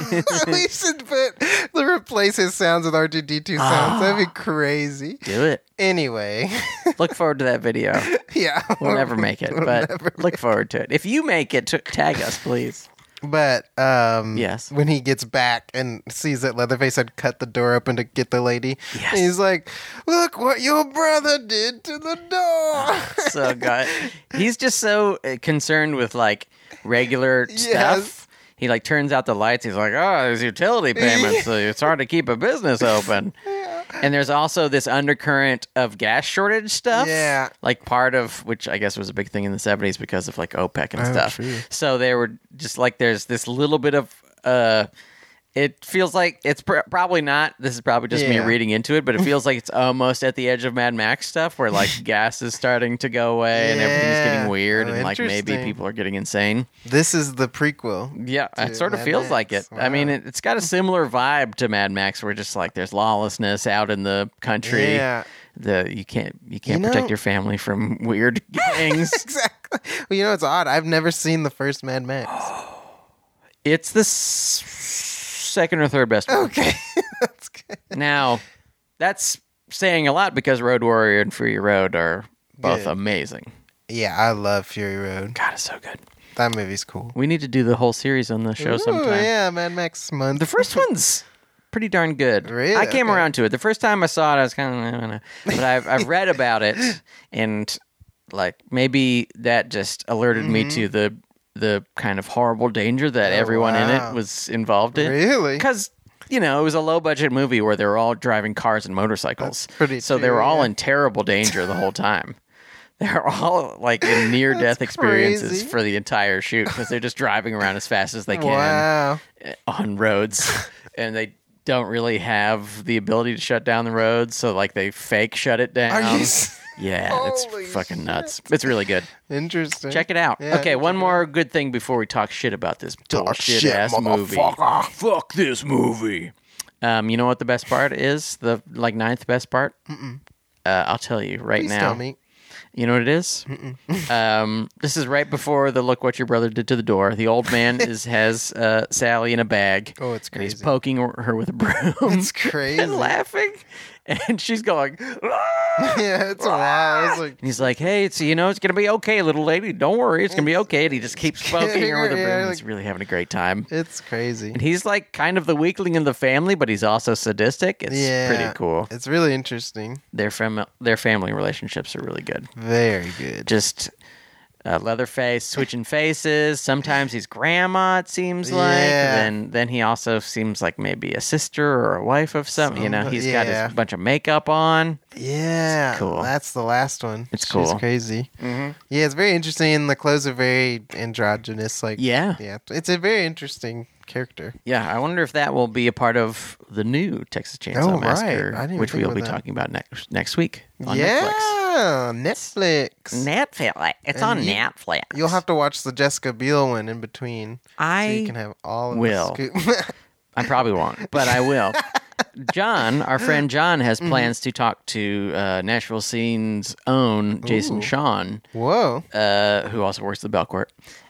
S2: we should put the replace his sounds with R two D two
S1: Ah.
S2: sounds. That'd be crazy.
S1: Do it.
S2: Anyway,
S1: Look forward to that video.
S2: yeah.
S1: We'll never make it,
S2: We'll
S1: but
S2: never-
S1: look forward to it. If you make it, t- tag us, please.
S2: But um,
S1: Yes.
S2: when he gets back and sees that Leatherface had cut the door open to get the lady,
S1: Yes.
S2: he's like, "Look what your brother did to the door."
S1: So God, he's just so uh, concerned with like regular
S2: Yes.
S1: stuff. He like turns out the lights. He's like, oh, there's utility payments. so it's hard to keep a business open. And there's also this undercurrent of gas shortage stuff.
S2: Yeah.
S1: Like part of which I guess was a big thing in the 70s because of like OPEC and stuff.
S2: Oh, true.
S1: So they were just like, there's this little bit of, uh, it feels like it's pr- probably not. This is probably just me
S2: Yeah.
S1: reading into it, but it feels like it's almost at the edge of Mad Max stuff, where like gas is starting to go away and everything's
S2: Yeah.
S1: getting weird,
S2: Oh,
S1: and like maybe
S2: interesting.
S1: people are getting insane.
S2: this is the prequel.
S1: Yeah, it
S2: Dude,
S1: sort of
S2: Mad
S1: feels
S2: Max.
S1: like it. I mean,
S2: Wow.
S1: it, it's got a similar vibe to Mad Max, where just like there's lawlessness out in the country.
S2: Yeah.
S1: The you can't you can't
S2: You know-
S1: protect your family from weird gangs.
S2: Exactly. Well, you know it's odd. I've never seen the first Mad Max.
S1: it's the s- second or third best. one.
S2: Okay, that's good.
S1: Now, that's saying a lot because Road Warrior and Fury Road are both
S2: Good.
S1: amazing.
S2: Yeah, I love Fury Road.
S1: God, it's so good.
S2: That movie's cool.
S1: We need to do the whole series on the show
S2: Ooh,
S1: sometime.
S2: yeah, Mad Max month.
S1: The first one's pretty darn good.
S2: Really?
S1: I came
S2: Okay.
S1: around to it. The first time I saw it, I was kind of, I don't know. But I've, I've read about it, and like maybe that just alerted me to the the kind of horrible danger that
S2: Mm-hmm. Oh,
S1: everyone in
S2: wow.
S1: it was involved in.
S2: really?
S1: because you know it was a low budget movie where they were all driving cars and motorcycles
S2: That's pretty
S1: so they were
S2: true,
S1: all
S2: yeah.
S1: in terrible danger the whole time they're all like in near death experiences
S2: crazy.
S1: for the entire shoot because they're just driving around as fast as they can
S2: Wow.
S1: eh, on roads and they don't really have the ability to shut down the roads so like they fake shut it down
S2: Are you s-
S1: yeah it's
S2: Holy
S1: fucking
S2: shit.
S1: nuts it's really good
S2: interesting?
S1: check it out
S2: Yeah,
S1: okay one
S2: check it
S1: more good thing before we talk shit about this
S2: Oh,
S1: bullshit ass movie
S2: motherfucker.
S1: fuck this movie. Um, you know what the best part is? The like ninth best part. Uh, I'll tell you right
S2: Please
S1: now.
S2: tell me.
S1: You know what it is? um, this is right before the look what your brother did to the door. The old man is has uh, Sally in a bag.
S2: Oh, it's
S1: and he's
S2: crazy.
S1: poking her with a broom.
S2: It's crazy.
S1: and laughing, and she's going. "Ah!"
S2: yeah, it's wild. It's like
S1: And he's like, "Hey, it's you know, it's gonna be okay, little lady. Don't worry, it's gonna be okay." And he just keeps poking her with a broom.
S2: Yeah,
S1: and he's
S2: like-
S1: really having a great time.
S2: it's crazy.
S1: And he's like kind of the weakling in the family, but he's also sadistic. It's
S2: yeah,
S1: pretty cool.
S2: It's really interesting.
S1: Their fam- their family relationships are really good.
S2: Very good.
S1: Just uh, Leatherface switching faces. Sometimes he's grandma. It seems like.
S2: Yeah.
S1: Then then he also seems like maybe a sister or a wife of some. you know,
S2: Some-
S1: he's
S2: yeah.
S1: got his bunch of makeup on.
S2: Yeah,
S1: cool.
S2: That's the last one.
S1: It's
S2: She's
S1: cool.
S2: crazy. Yeah, it's very interesting. And the clothes are very androgynous. Like,
S1: Yeah.
S2: yeah. It's a very interesting character.
S1: Yeah, I wonder if that will be a part of the new Texas Chainsaw
S2: Oh, right.
S1: Massacre,
S2: I didn't even
S1: which
S2: think
S1: we'll
S2: about
S1: be
S2: that.
S1: talking about next next week on Netflix.
S2: yeah, Netflix.
S1: Netflix. It's
S2: And
S1: on
S2: you-
S1: Netflix.
S2: You'll have to watch the Jessica Biel one in between,
S1: I
S2: so you can have all of
S1: will.
S2: the scoop.
S1: I probably won't, but I will. John, our friend John,
S2: Mm-hmm.
S1: has plans to talk to uh, Nashville scene's own Jason
S2: Ooh.
S1: Sean,
S2: Whoa, Mm-hmm.
S1: uh, who also works at the Belcourt,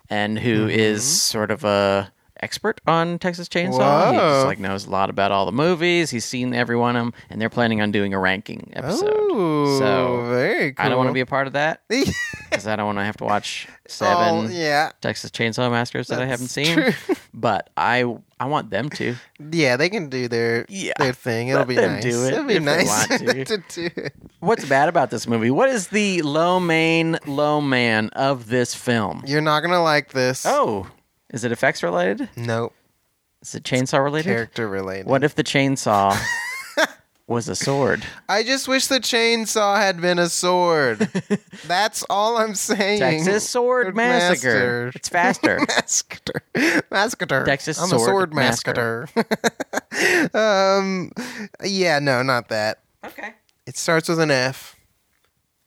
S1: and who is sort of a expert on Texas Chainsaw. He just
S2: Whoa.
S1: like knows a lot about all the movies. He's seen every one of them, and they're planning on doing a ranking episode.
S2: Ooh,
S1: so
S2: very Oh, cool.
S1: I don't want to be a part of that
S2: be
S1: because I don't want to have to watch seven
S2: Oh, yeah,
S1: Texas Chainsaw Massacres that I haven't
S2: That's
S1: seen.
S2: true.
S1: But I I want them to.
S2: yeah, they can do their
S1: Yeah.
S2: their thing. It'll
S1: Let
S2: be
S1: them
S2: nice.
S1: do it
S2: It'll be
S1: if they
S2: nice
S1: want to.
S2: do it.
S1: What's bad about this movie? What is the low main low man of this film?
S2: You're not gonna like this.
S1: Oh, is it effects related?
S2: nope.
S1: Is it chainsaw related?
S2: Character related.
S1: What if the chainsaw was a sword?
S2: I just wish the chainsaw had been a sword. That's all I'm saying.
S1: Texas Sword
S2: Sword
S1: Massacre.
S2: Master.
S1: It's faster.
S2: Massacre. Massacre.
S1: Texas
S2: I'm a
S1: sword
S2: sword massacre. um, yeah, no, not that.
S1: okay.
S2: It starts with an F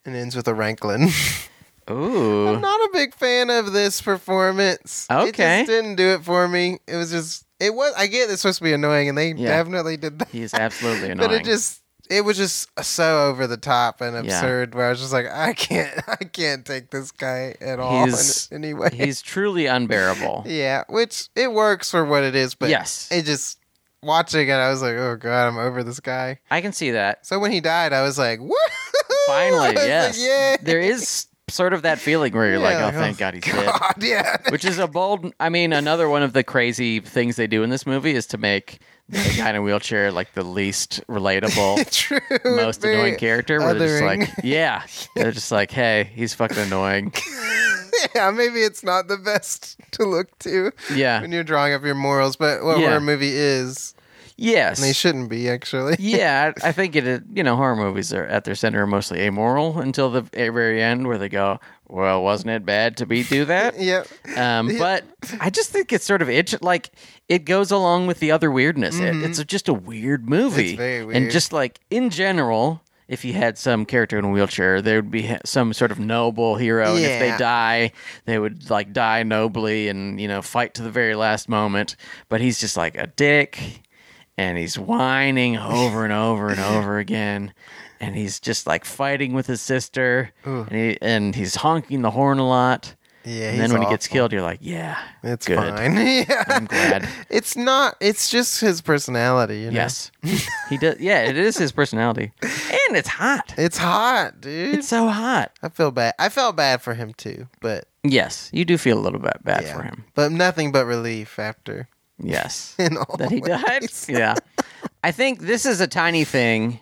S2: and ends with a Ranklin. I'm
S1: Ooh.
S2: not a big fan of this performance. It
S1: Okay.
S2: just didn't do it for me. It was just, it was, I get it's supposed to be annoying and they
S1: Yeah.
S2: definitely did that.
S1: He is absolutely annoying.
S2: but it just it was just so over the top and
S1: Yeah.
S2: absurd where I was just like, I can't I can't take this guy at all in
S1: He's-
S2: any way.
S1: He's truly unbearable.
S2: yeah, which it works for what it is, but
S1: yes.
S2: it just watching it I was like, Oh god, I'm over this guy.
S1: I can see that.
S2: So when he died I was like, Woo
S1: Finally,
S2: I was like,
S1: yes.
S2: yeah.
S1: There is sort of that feeling where you're
S2: Yeah,
S1: like,
S2: like,
S1: oh, thank
S2: oh,
S1: God he's dead.
S2: God, yeah.
S1: Which is a bold, I mean, another one of the crazy things they do in this movie is to make the guy in a wheelchair like the least relatable
S2: True.
S1: most
S2: very
S1: annoying character where they're just
S2: othering.
S1: like, yeah, they're just like, hey, he's fucking annoying.
S2: yeah, maybe it's not the best to look to
S1: Yeah.
S2: when you're drawing up your morals, but what
S1: Yeah.
S2: horror movie is, and they
S1: Yes.
S2: shouldn't be actually.
S1: yeah, I I think it. it- You know, horror movies are at their center are mostly amoral until the very end, where they go, "Well, wasn't it bad to be do that?"
S2: Yep.
S1: Um, but I just think it's sort of itch. Like it goes along with the other weirdness. It- it's just a weird movie,
S2: Mm-hmm. It's very
S1: and
S2: weird.
S1: just like in general. If you had some character in a wheelchair, there would be ha- some sort of noble hero, and if they
S2: Yeah.
S1: die, they would like die nobly and you know fight to the very last moment. But he's just like a dick, and he's whining over and over and over again, and he's just like fighting with his sister, and, he, and he's honking the horn a lot.
S2: Yeah.
S1: And then when he gets killed, you're like, yeah,
S2: it's
S1: good.
S2: fine. yeah.
S1: I'm glad.
S2: It's not. It's just his personality. You know?
S1: Yes, he does. Yeah, it is his personality, and it's hot.
S2: It's hot, dude.
S1: It's so hot.
S2: I feel bad. I felt bad for him too, but
S1: Yes, you do feel a little bit bad
S2: yeah.
S1: for him.
S2: But nothing but relief after
S1: Yes,
S2: and all.
S1: that he died.
S2: ways.
S1: yeah, I think this is a tiny thing.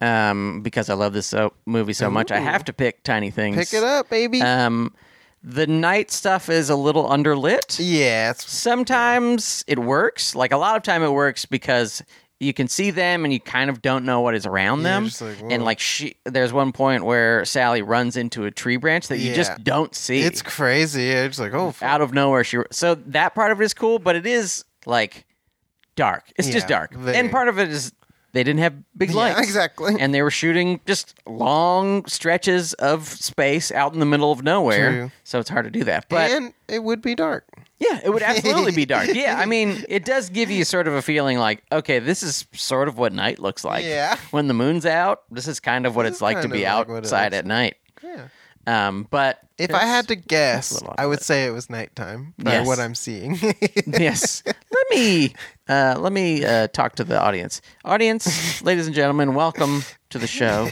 S1: Um, because I love this so, movie so much, I have to pick tiny things.
S2: Pick it up, baby.
S1: Um, the night stuff is a little underlit.
S2: yeah. It's,
S1: sometimes it works like a lot of time it works because you can see them and you kind of don't know what is around
S2: Yeah,
S1: them
S2: just like, whoa.
S1: and like she there's one point where sally runs into a tree branch that you
S2: Yeah.
S1: just don't see
S2: it's crazy. It's like oh, fuck.
S1: out of nowhere she so that part of it is cool but it is like dark it's just
S2: Yeah,
S1: dark
S2: very.
S1: and part of it is they didn't have big lights
S2: yeah, exactly.
S1: and they were shooting just long stretches of space out in the middle of nowhere
S2: True.
S1: so it's hard to do that but
S2: and it would be dark.
S1: yeah, it would absolutely be dark. Yeah, I mean, it does give you sort of a feeling like, okay, this is sort of what night looks like.
S2: Yeah.
S1: When the moon's out, this is kind of what
S2: This
S1: it's
S2: is
S1: like to
S2: kind
S1: be
S2: of like what it
S1: outside
S2: looks
S1: at night.
S2: Yeah.
S1: Um, but
S2: If I had to guess,
S1: little
S2: I would say it was nighttime by
S1: Yes.
S2: what I'm seeing.
S1: yes, let me uh, let me uh, talk to the audience. Audience, ladies and gentlemen, welcome to the show.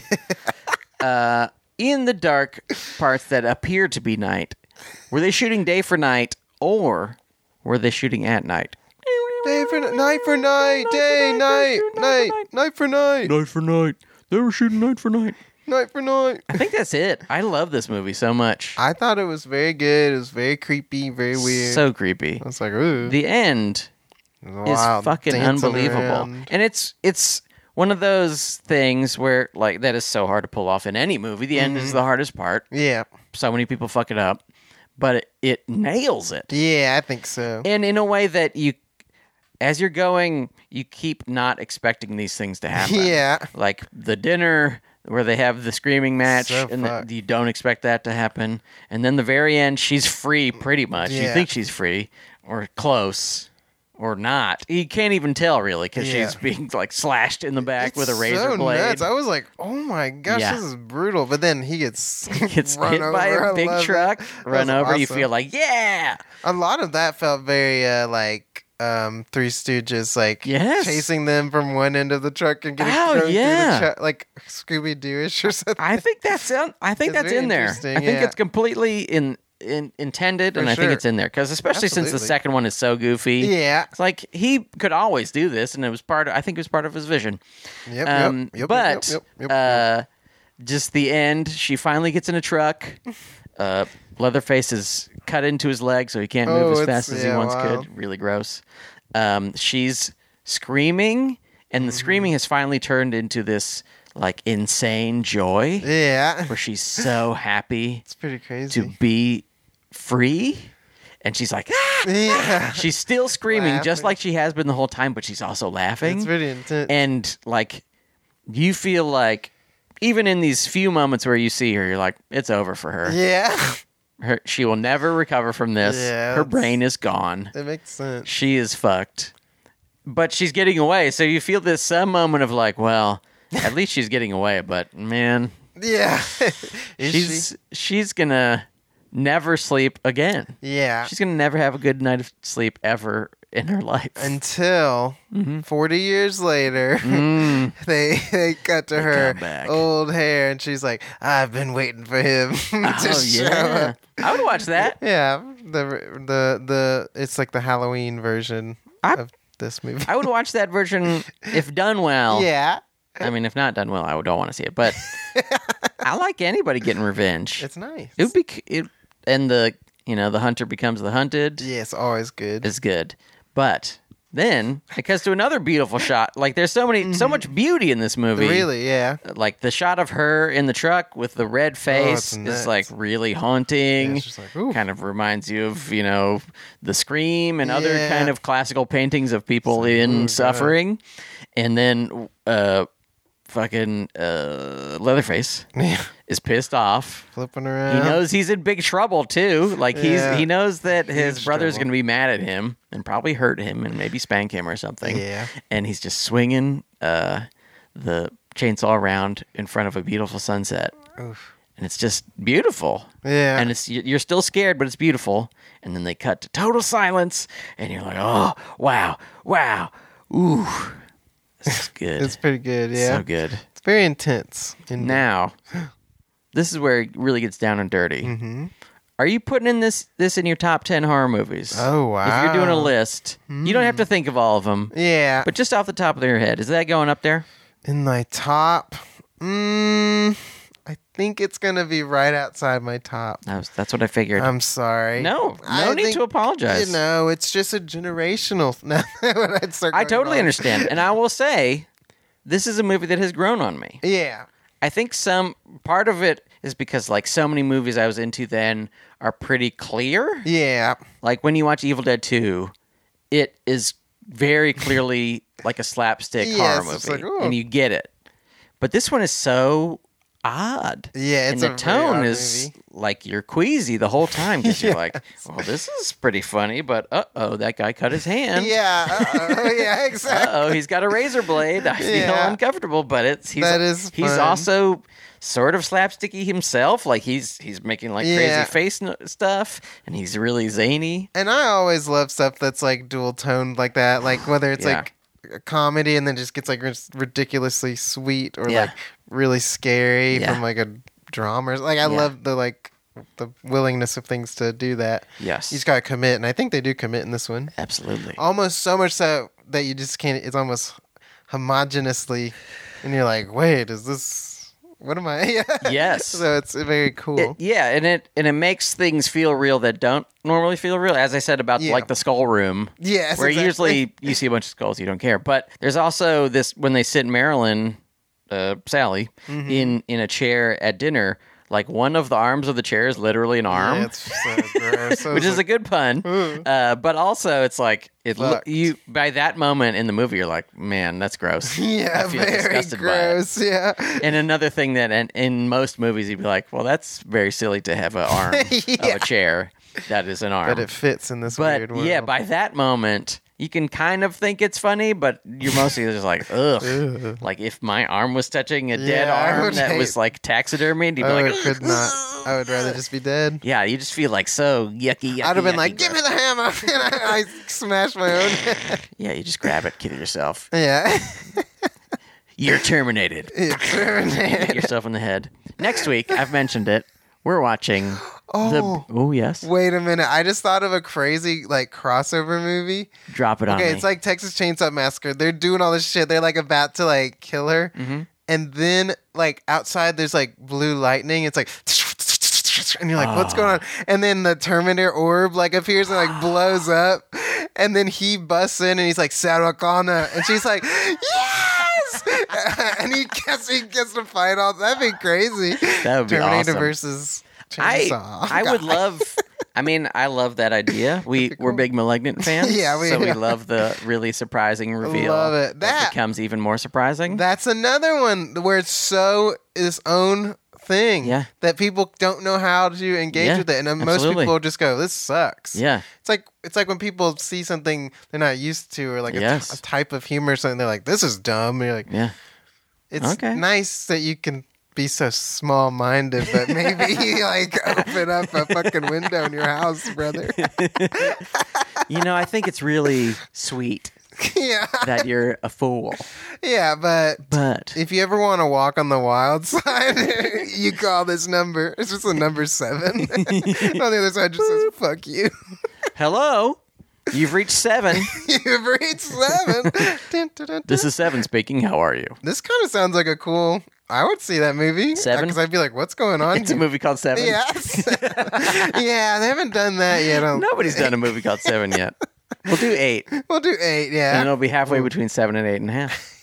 S1: Uh, in the dark parts that appear to be night, were they shooting day for night, or were they shooting at night?
S2: Day for ni- night for night, day, night, night, night for night,
S1: Night for night. They were shooting night for night.
S2: night for night.
S1: I think that's it. I love this movie so much.
S2: I thought it was very good. It was very creepy, very weird.
S1: So creepy.
S2: I was like, ooh,
S1: The end
S2: it's
S1: is
S2: wild,
S1: fucking
S2: dancing
S1: unbelievable.
S2: around.
S1: And it's it's one of those things where like that is so hard to pull off in any movie. The end
S2: Mm-hmm.
S1: is the hardest part.
S2: Yeah,
S1: So many people fuck it up, but it, it nails it.
S2: yeah, I think so.
S1: And in a way that you as you're going, you keep not expecting these things to happen.
S2: Yeah,
S1: like the dinner where they have the screaming match
S2: So
S1: and th-
S2: fucked.
S1: you don't expect that to happen and then the very end she's free pretty much you
S2: Yeah.
S1: think she's free or close or not. You can't even tell really because
S2: Yeah.
S1: she's being like slashed in the back with a
S2: It's
S1: razor
S2: so
S1: blade.
S2: Nuts. I was like, oh my gosh,
S1: Yeah.
S2: this is brutal. But then he gets
S1: Gets
S2: run
S1: hit by
S2: over. I
S1: a big
S2: love it.
S1: truck,
S2: That
S1: run
S2: was
S1: over. You
S2: awesome.
S1: feel like yeah,
S2: a lot of that felt very uh, like um Three Stooges, like
S1: Yes.
S2: chasing them from one end of the truck and getting
S1: Oh,
S2: thrown
S1: yeah.
S2: through the truck, like Scooby Dooish or something.
S1: I think that's in, I think
S2: It's
S1: that's
S2: very
S1: in there. I
S2: interesting,
S1: think
S2: yeah.
S1: it's completely in, in intended,
S2: For
S1: and I think
S2: sure.
S1: it's in there because especially since the
S2: Absolutely.
S1: second one is so goofy.
S2: yeah.
S1: It's like he could always do this, and it was part. Of, I think it was part of his vision.
S2: Yep.
S1: um,
S2: yep, yep,
S1: but
S2: yep, yep, yep,
S1: uh, just the end. She finally gets in a truck. Uh, Leatherface is cut into his leg, so he can't
S2: Oh,
S1: move as
S2: it's-
S1: fast as he
S2: yeah,
S1: once
S2: wild.
S1: could. Really gross. Um, she's screaming, and the
S2: Mm-hmm.
S1: screaming has finally turned into this like insane joy
S2: yeah.
S1: where she's so happy
S2: It's pretty
S1: to
S2: crazy.
S1: be free, and she's like, ah!
S2: yeah.
S1: she's still screaming just
S2: Laughing.
S1: like she has been the whole time, but she's also laughing
S2: It's pretty intense.
S1: and like you feel like even in these few moments where you see her you're like it's over for her,
S2: yeah.
S1: her she will never recover from this
S2: Yeah,
S1: her
S2: it's-
S1: brain is gone
S2: that makes sense.
S1: she is fucked but she's getting away so you feel this some moment of like well at least she's getting away but man
S2: Yeah. Is
S1: she's she's gonna never sleep again
S2: she? Yeah.
S1: she's gonna never have a good night of sleep ever in her life
S2: until
S1: Mm-hmm.
S2: 40 years later
S1: Mm.
S2: they they cut to
S1: come
S2: her
S1: back.
S2: old hair and she's like i've been waiting for him to
S1: oh
S2: show
S1: yeah
S2: up
S1: i would watch that
S2: yeah the the the it's like the halloween version
S1: I-
S2: of this movie
S1: I would watch that version if done well.
S2: yeah
S1: I mean, if not done well, I don't want to see it. But I like anybody getting revenge.
S2: it's nice
S1: It would be c- it, and the you know the hunter becomes the hunted
S2: yeah it's always good
S1: is good, but then it cuts to another beautiful shot. Like there's so many so much beauty in this movie.
S2: Mm-hmm. really yeah
S1: Like the shot of her in the truck with the red face
S2: Oh, it's
S1: is
S2: nuts.
S1: like really haunting.
S2: it's just like ooh
S1: kind of reminds you of you know the scream and other
S2: Yeah. Oh,
S1: kind of classical paintings of people in
S2: God.
S1: suffering and then uh fucking uh leatherface is pissed off
S2: flipping
S1: he
S2: around
S1: knows he's in big trouble too like he's
S2: Yeah.
S1: he knows that his
S2: Huge
S1: brother's
S2: trouble.
S1: going to be mad at him and probably hurt him and maybe spank him or something
S2: Yeah.
S1: and he's just swinging uh the chainsaw around in front of a beautiful sunset and it's just beautiful
S2: yeah
S1: and it's you- you're still scared, but it's beautiful. And then they cut to total silence, and you're like, oh wow, wow, ooh, this is good,
S2: it's pretty good yeah
S1: so good.
S2: it's very intense and
S1: Now, this is where it really gets down and dirty. Mm-hmm. Are you putting in this this in your top ten horror movies?
S2: Oh,
S1: If you're doing a
S2: wow. Mm.
S1: list, you don't have to think of all of them,
S2: yeah
S1: but just off the top of your head, is that going up there?
S2: In my top, mm, I think it's gonna be right outside my top.
S1: That was, that's what I figured.
S2: I'm sorry.
S1: no, no
S2: I
S1: need
S2: think,
S1: to apologize.
S2: You know, it's just a generational. No, when I'd start
S1: I
S2: going
S1: totally
S2: on.
S1: understand, and I will say, this is a movie that has grown on me.
S2: Yeah,
S1: I think some part of it is because like so many movies I was into then are pretty clear.
S2: yeah,
S1: Like when you watch Evil Dead 2, it is very clearly like a slapstick
S2: Yes,
S1: horror
S2: it's
S1: movie
S2: like, ooh.
S1: and you get it. But this one is so odd.
S2: yeah. It's
S1: and
S2: a
S1: the
S2: very
S1: tone
S2: odd
S1: is
S2: movie.
S1: like you're queasy the whole time because you're like, well, this is pretty funny, but uh oh, that guy cut his hand.
S2: Yeah, uh-oh, yeah, exactly.
S1: Uh oh, he's got a razor blade. I feel
S2: Yeah.
S1: uncomfortable, but it's he's
S2: That is
S1: he's
S2: fun.
S1: also sort of slapsticky himself. Like he's he's making like
S2: Yeah.
S1: crazy face no- stuff, and he's really zany.
S2: And I always love stuff that's like dual toned like that, like whether it's
S1: Yeah.
S2: like a comedy and then just gets like ris- ridiculously sweet or
S1: Yeah.
S2: like really scary
S1: Yeah.
S2: from like a drama. or- Like I
S1: Yeah.
S2: love the like the willingness of things to do that.
S1: Yes,
S2: You just gotta commit, and I think they do commit in this one.
S1: absolutely.
S2: Almost so much so that you just can't. It's almost homogeneously, and you're like, wait, is this? What am I? Yeah.
S1: Yes.
S2: So it's very cool.
S1: It- yeah, and it and it makes things feel real that don't normally feel real. As I said about
S2: Yeah.
S1: like the skull room,
S2: yes.
S1: where
S2: exactly.
S1: usually you see a bunch of skulls, you don't care. But there's also this when they sit Marilyn, uh, Sally,
S2: Mm-hmm.
S1: in in a chair at dinner. Like one of the arms of the chair is literally an arm,
S2: Yeah, it's so gross. I
S1: which
S2: was
S1: is a
S2: like,
S1: good pun.
S2: "Ugh."
S1: Uh, but also, it's like it lo-
S2: Fucked.
S1: you by that moment in the movie, you're like, man, that's gross.
S2: Yeah,
S1: I feel
S2: very
S1: disgusted by it.
S2: gross. Yeah.
S1: And another thing that in, in most movies you'd be like, well, that's very silly to have an arm of
S2: Yeah.
S1: a chair that is an arm.
S2: But it fits in this
S1: But
S2: weird world.
S1: yeah, by that moment, you can kind of think it's funny, but you're mostly just like, ugh.
S2: Ugh.
S1: like if my arm was touching a dead
S2: Yeah, Uh, I
S1: arm
S2: would
S1: that
S2: hate-
S1: was like taxidermied, you'd be
S2: I
S1: like,
S2: would- Oh, could not. I would rather just be dead.
S1: yeah, you just feel like so yucky. yucky
S2: I'd have been
S1: yucky,
S2: like, "Give me
S1: gross."
S2: the hammer!" and I, I smashed my own. head.
S1: Yeah, you just grab it, kill yourself.
S2: yeah,
S1: You're terminated.
S2: it's terminated.
S1: Hit yourself in the head. Next week, I've mentioned it. We're watching.
S2: Oh.
S1: the, oh yes.
S2: Wait a minute! I just thought of a crazy like crossover movie.
S1: Drop it on
S2: Okay,
S1: me.
S2: it's like Texas Chainsaw Massacre. They're doing all this shit. They're like about to like kill her,
S1: Mm-hmm.
S2: and then like outside there's like blue lightning. It's like. And you're like, what's going on?
S1: Ah.
S2: And then the Terminator orb like appears and like blows up, and then he busts in and he's like Sarah Connor, and she's like, yes, and he gets he gets to fight all. That'd be crazy.
S1: That would be
S2: Terminator
S1: awesome.
S2: versus
S1: I
S2: Chainsaw.
S1: I would love. I mean, I love that idea. We we're big Malignant fans,
S2: Yeah, we
S1: so we
S2: are.
S1: love the really surprising reveal.
S2: Love it. That-
S1: becomes even more surprising.
S2: That's another one where it's so its own thing
S1: Yeah.
S2: that people don't know how to engage
S1: Yeah,
S2: with it, and then most
S1: absolutely.
S2: people just go, "This sucks."
S1: yeah,
S2: it's like it's like when people see something they're not used to, or like a t-
S1: Yes.
S2: a, type of humor, or something they're like, "This is dumb." And you're like,
S1: yeah.
S2: "It's
S1: Okay.
S2: nice that you can." Be so small-minded, but maybe like open up a fucking window in your house, brother.
S1: You know, I think it's really sweet
S2: yeah,
S1: that you're a fool,
S2: yeah, but
S1: but
S2: If you ever want to walk on the wild side, you call this number. It's just a number seven. on the other side, it just says "fuck you."
S1: hello, you've reached seven.
S2: You've reached seven. Dun, dun, dun,
S1: This
S2: dun.
S1: is seven speaking. How are you?
S2: This kind of sounds like a cool. I would see that movie
S1: Seven?
S2: because I'd be like, "What's going on?"
S1: It's a
S2: here?"
S1: movie called Seven.
S2: Yes. yeah, they haven't done that yet. I'll-
S1: Nobody's done a movie called Seven yet. We'll do eight, and
S2: We'll do eight. Yeah.
S1: it'll be halfway between seven and eight and a half.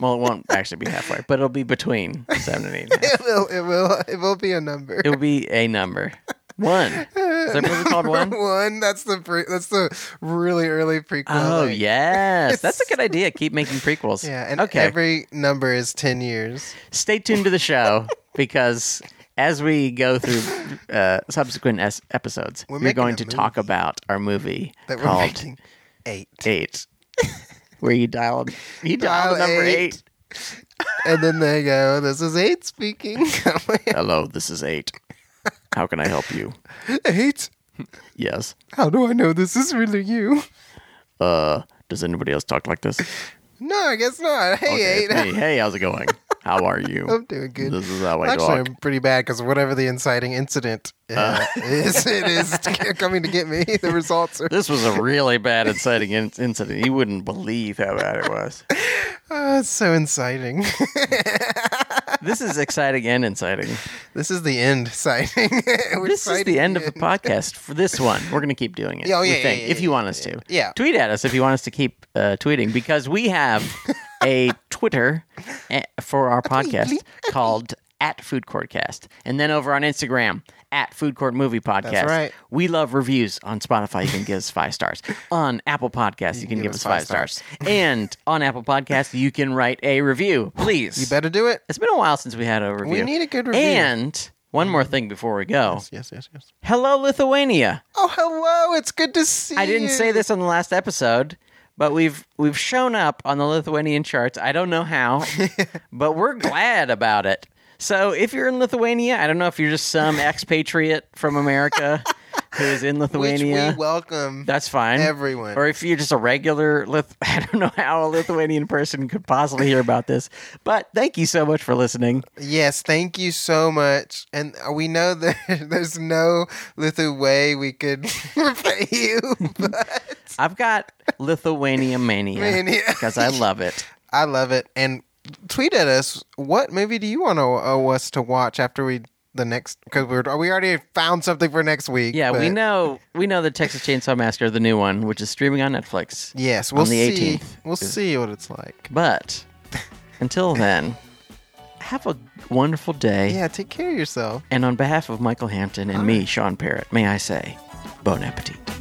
S1: Well, it won't actually be halfway, but it'll be between seven and eight. And a half.
S2: It will. It will. It will be a number.
S1: It would be a number. One. Is that a movie called One?
S2: One. That's the pre- that's the really early prequel.
S1: Oh
S2: like-
S1: yes, that's a good idea. Keep making prequels.
S2: Yeah, and
S1: okay.
S2: every number is ten years.
S1: Stay tuned to the show because as we go through uh, subsequent es- episodes,
S2: We're
S1: we're,
S2: making
S1: going
S2: a
S1: to
S2: movie
S1: talk about our movie
S2: that we're
S1: called
S2: making eight,
S1: Eight, where you dial you dial,
S2: Dial
S1: number eight.
S2: eight. and then they go, "This is eight speaking." I'm like,
S1: Hello, this is Eight. How can I help you?
S2: eight.
S1: Yes.
S2: How do I know this is really you?
S1: Uh, does anybody else talk like this?
S2: No, I guess not. Hey,
S1: Okay, it's me.
S2: eight.
S1: Hey, how's it going? How are you?
S2: I'm doing good.
S1: This is how I
S2: Actually,
S1: talk.
S2: I'm pretty bad because whatever the inciting incident uh, is, it is coming to get me. The results are.
S1: This was a really bad inciting in- incident. You wouldn't believe how bad it was.
S2: Oh, it's so inciting.
S1: This is exciting and inciting.
S2: this is the end citing. We're
S1: This is
S2: citing
S1: the end of the podcast for this one. We're going to keep doing it.
S2: Yeah, oh,
S1: we
S2: yeah, yeah,
S1: think,
S2: yeah,
S1: if you want us to.
S2: Yeah.
S1: Tweet at us if you want us to keep uh, tweeting because we have a Twitter eh, for our podcast called at Food Court Cast, and then over on Instagram at Food Court Movie Podcast.
S2: That's right.
S1: We love reviews on Spotify. You can give us five stars. On Apple Podcasts, you, can give, us five, stars. and on Apple Podcasts, you can write a review. Please.
S2: You better do it.
S1: It's been a while since we had a review.
S2: need a good review. Mm-hmm.
S1: And one more thing before we go.
S2: Yes, yes, yes.
S1: Hello, Lithuania.
S2: Oh, hello. It's good to see
S1: I didn't
S2: you.
S1: say this on the last episode, but we've we've shown up on the Lithuanian charts. I don't know how, but we're glad about it. So if you're in Lithuania, I don't know if you're just some expatriate from America who is in
S2: Which we
S1: Lithuania.
S2: welcome.
S1: That's fine.
S2: Everyone.
S1: Or if you're just a regular Lith I don't know how a Lithuanian person could possibly hear about this. But thank you so much for listening.
S2: Yes, thank you so much. And we know that there's no Lithu way we could repay you, but
S1: I've got Lithuania mania
S2: Mania.
S1: because I love it.
S2: I love it. And tweet at us what movie do you want to owe us to watch after we the next because we're we already found something for next week.
S1: Yeah, we
S2: but
S1: know we know the Texas Chainsaw Massacre, the new one, which is streaming on Netflix.
S2: Yes, we'll
S1: on the
S2: see.
S1: 18th.
S2: We'll see what it's like.
S1: But until then, have a wonderful day.
S2: Yeah, take care of yourself.
S1: And on behalf of Michael Hampton and me, Sean Parrott, may I say, bon appetit.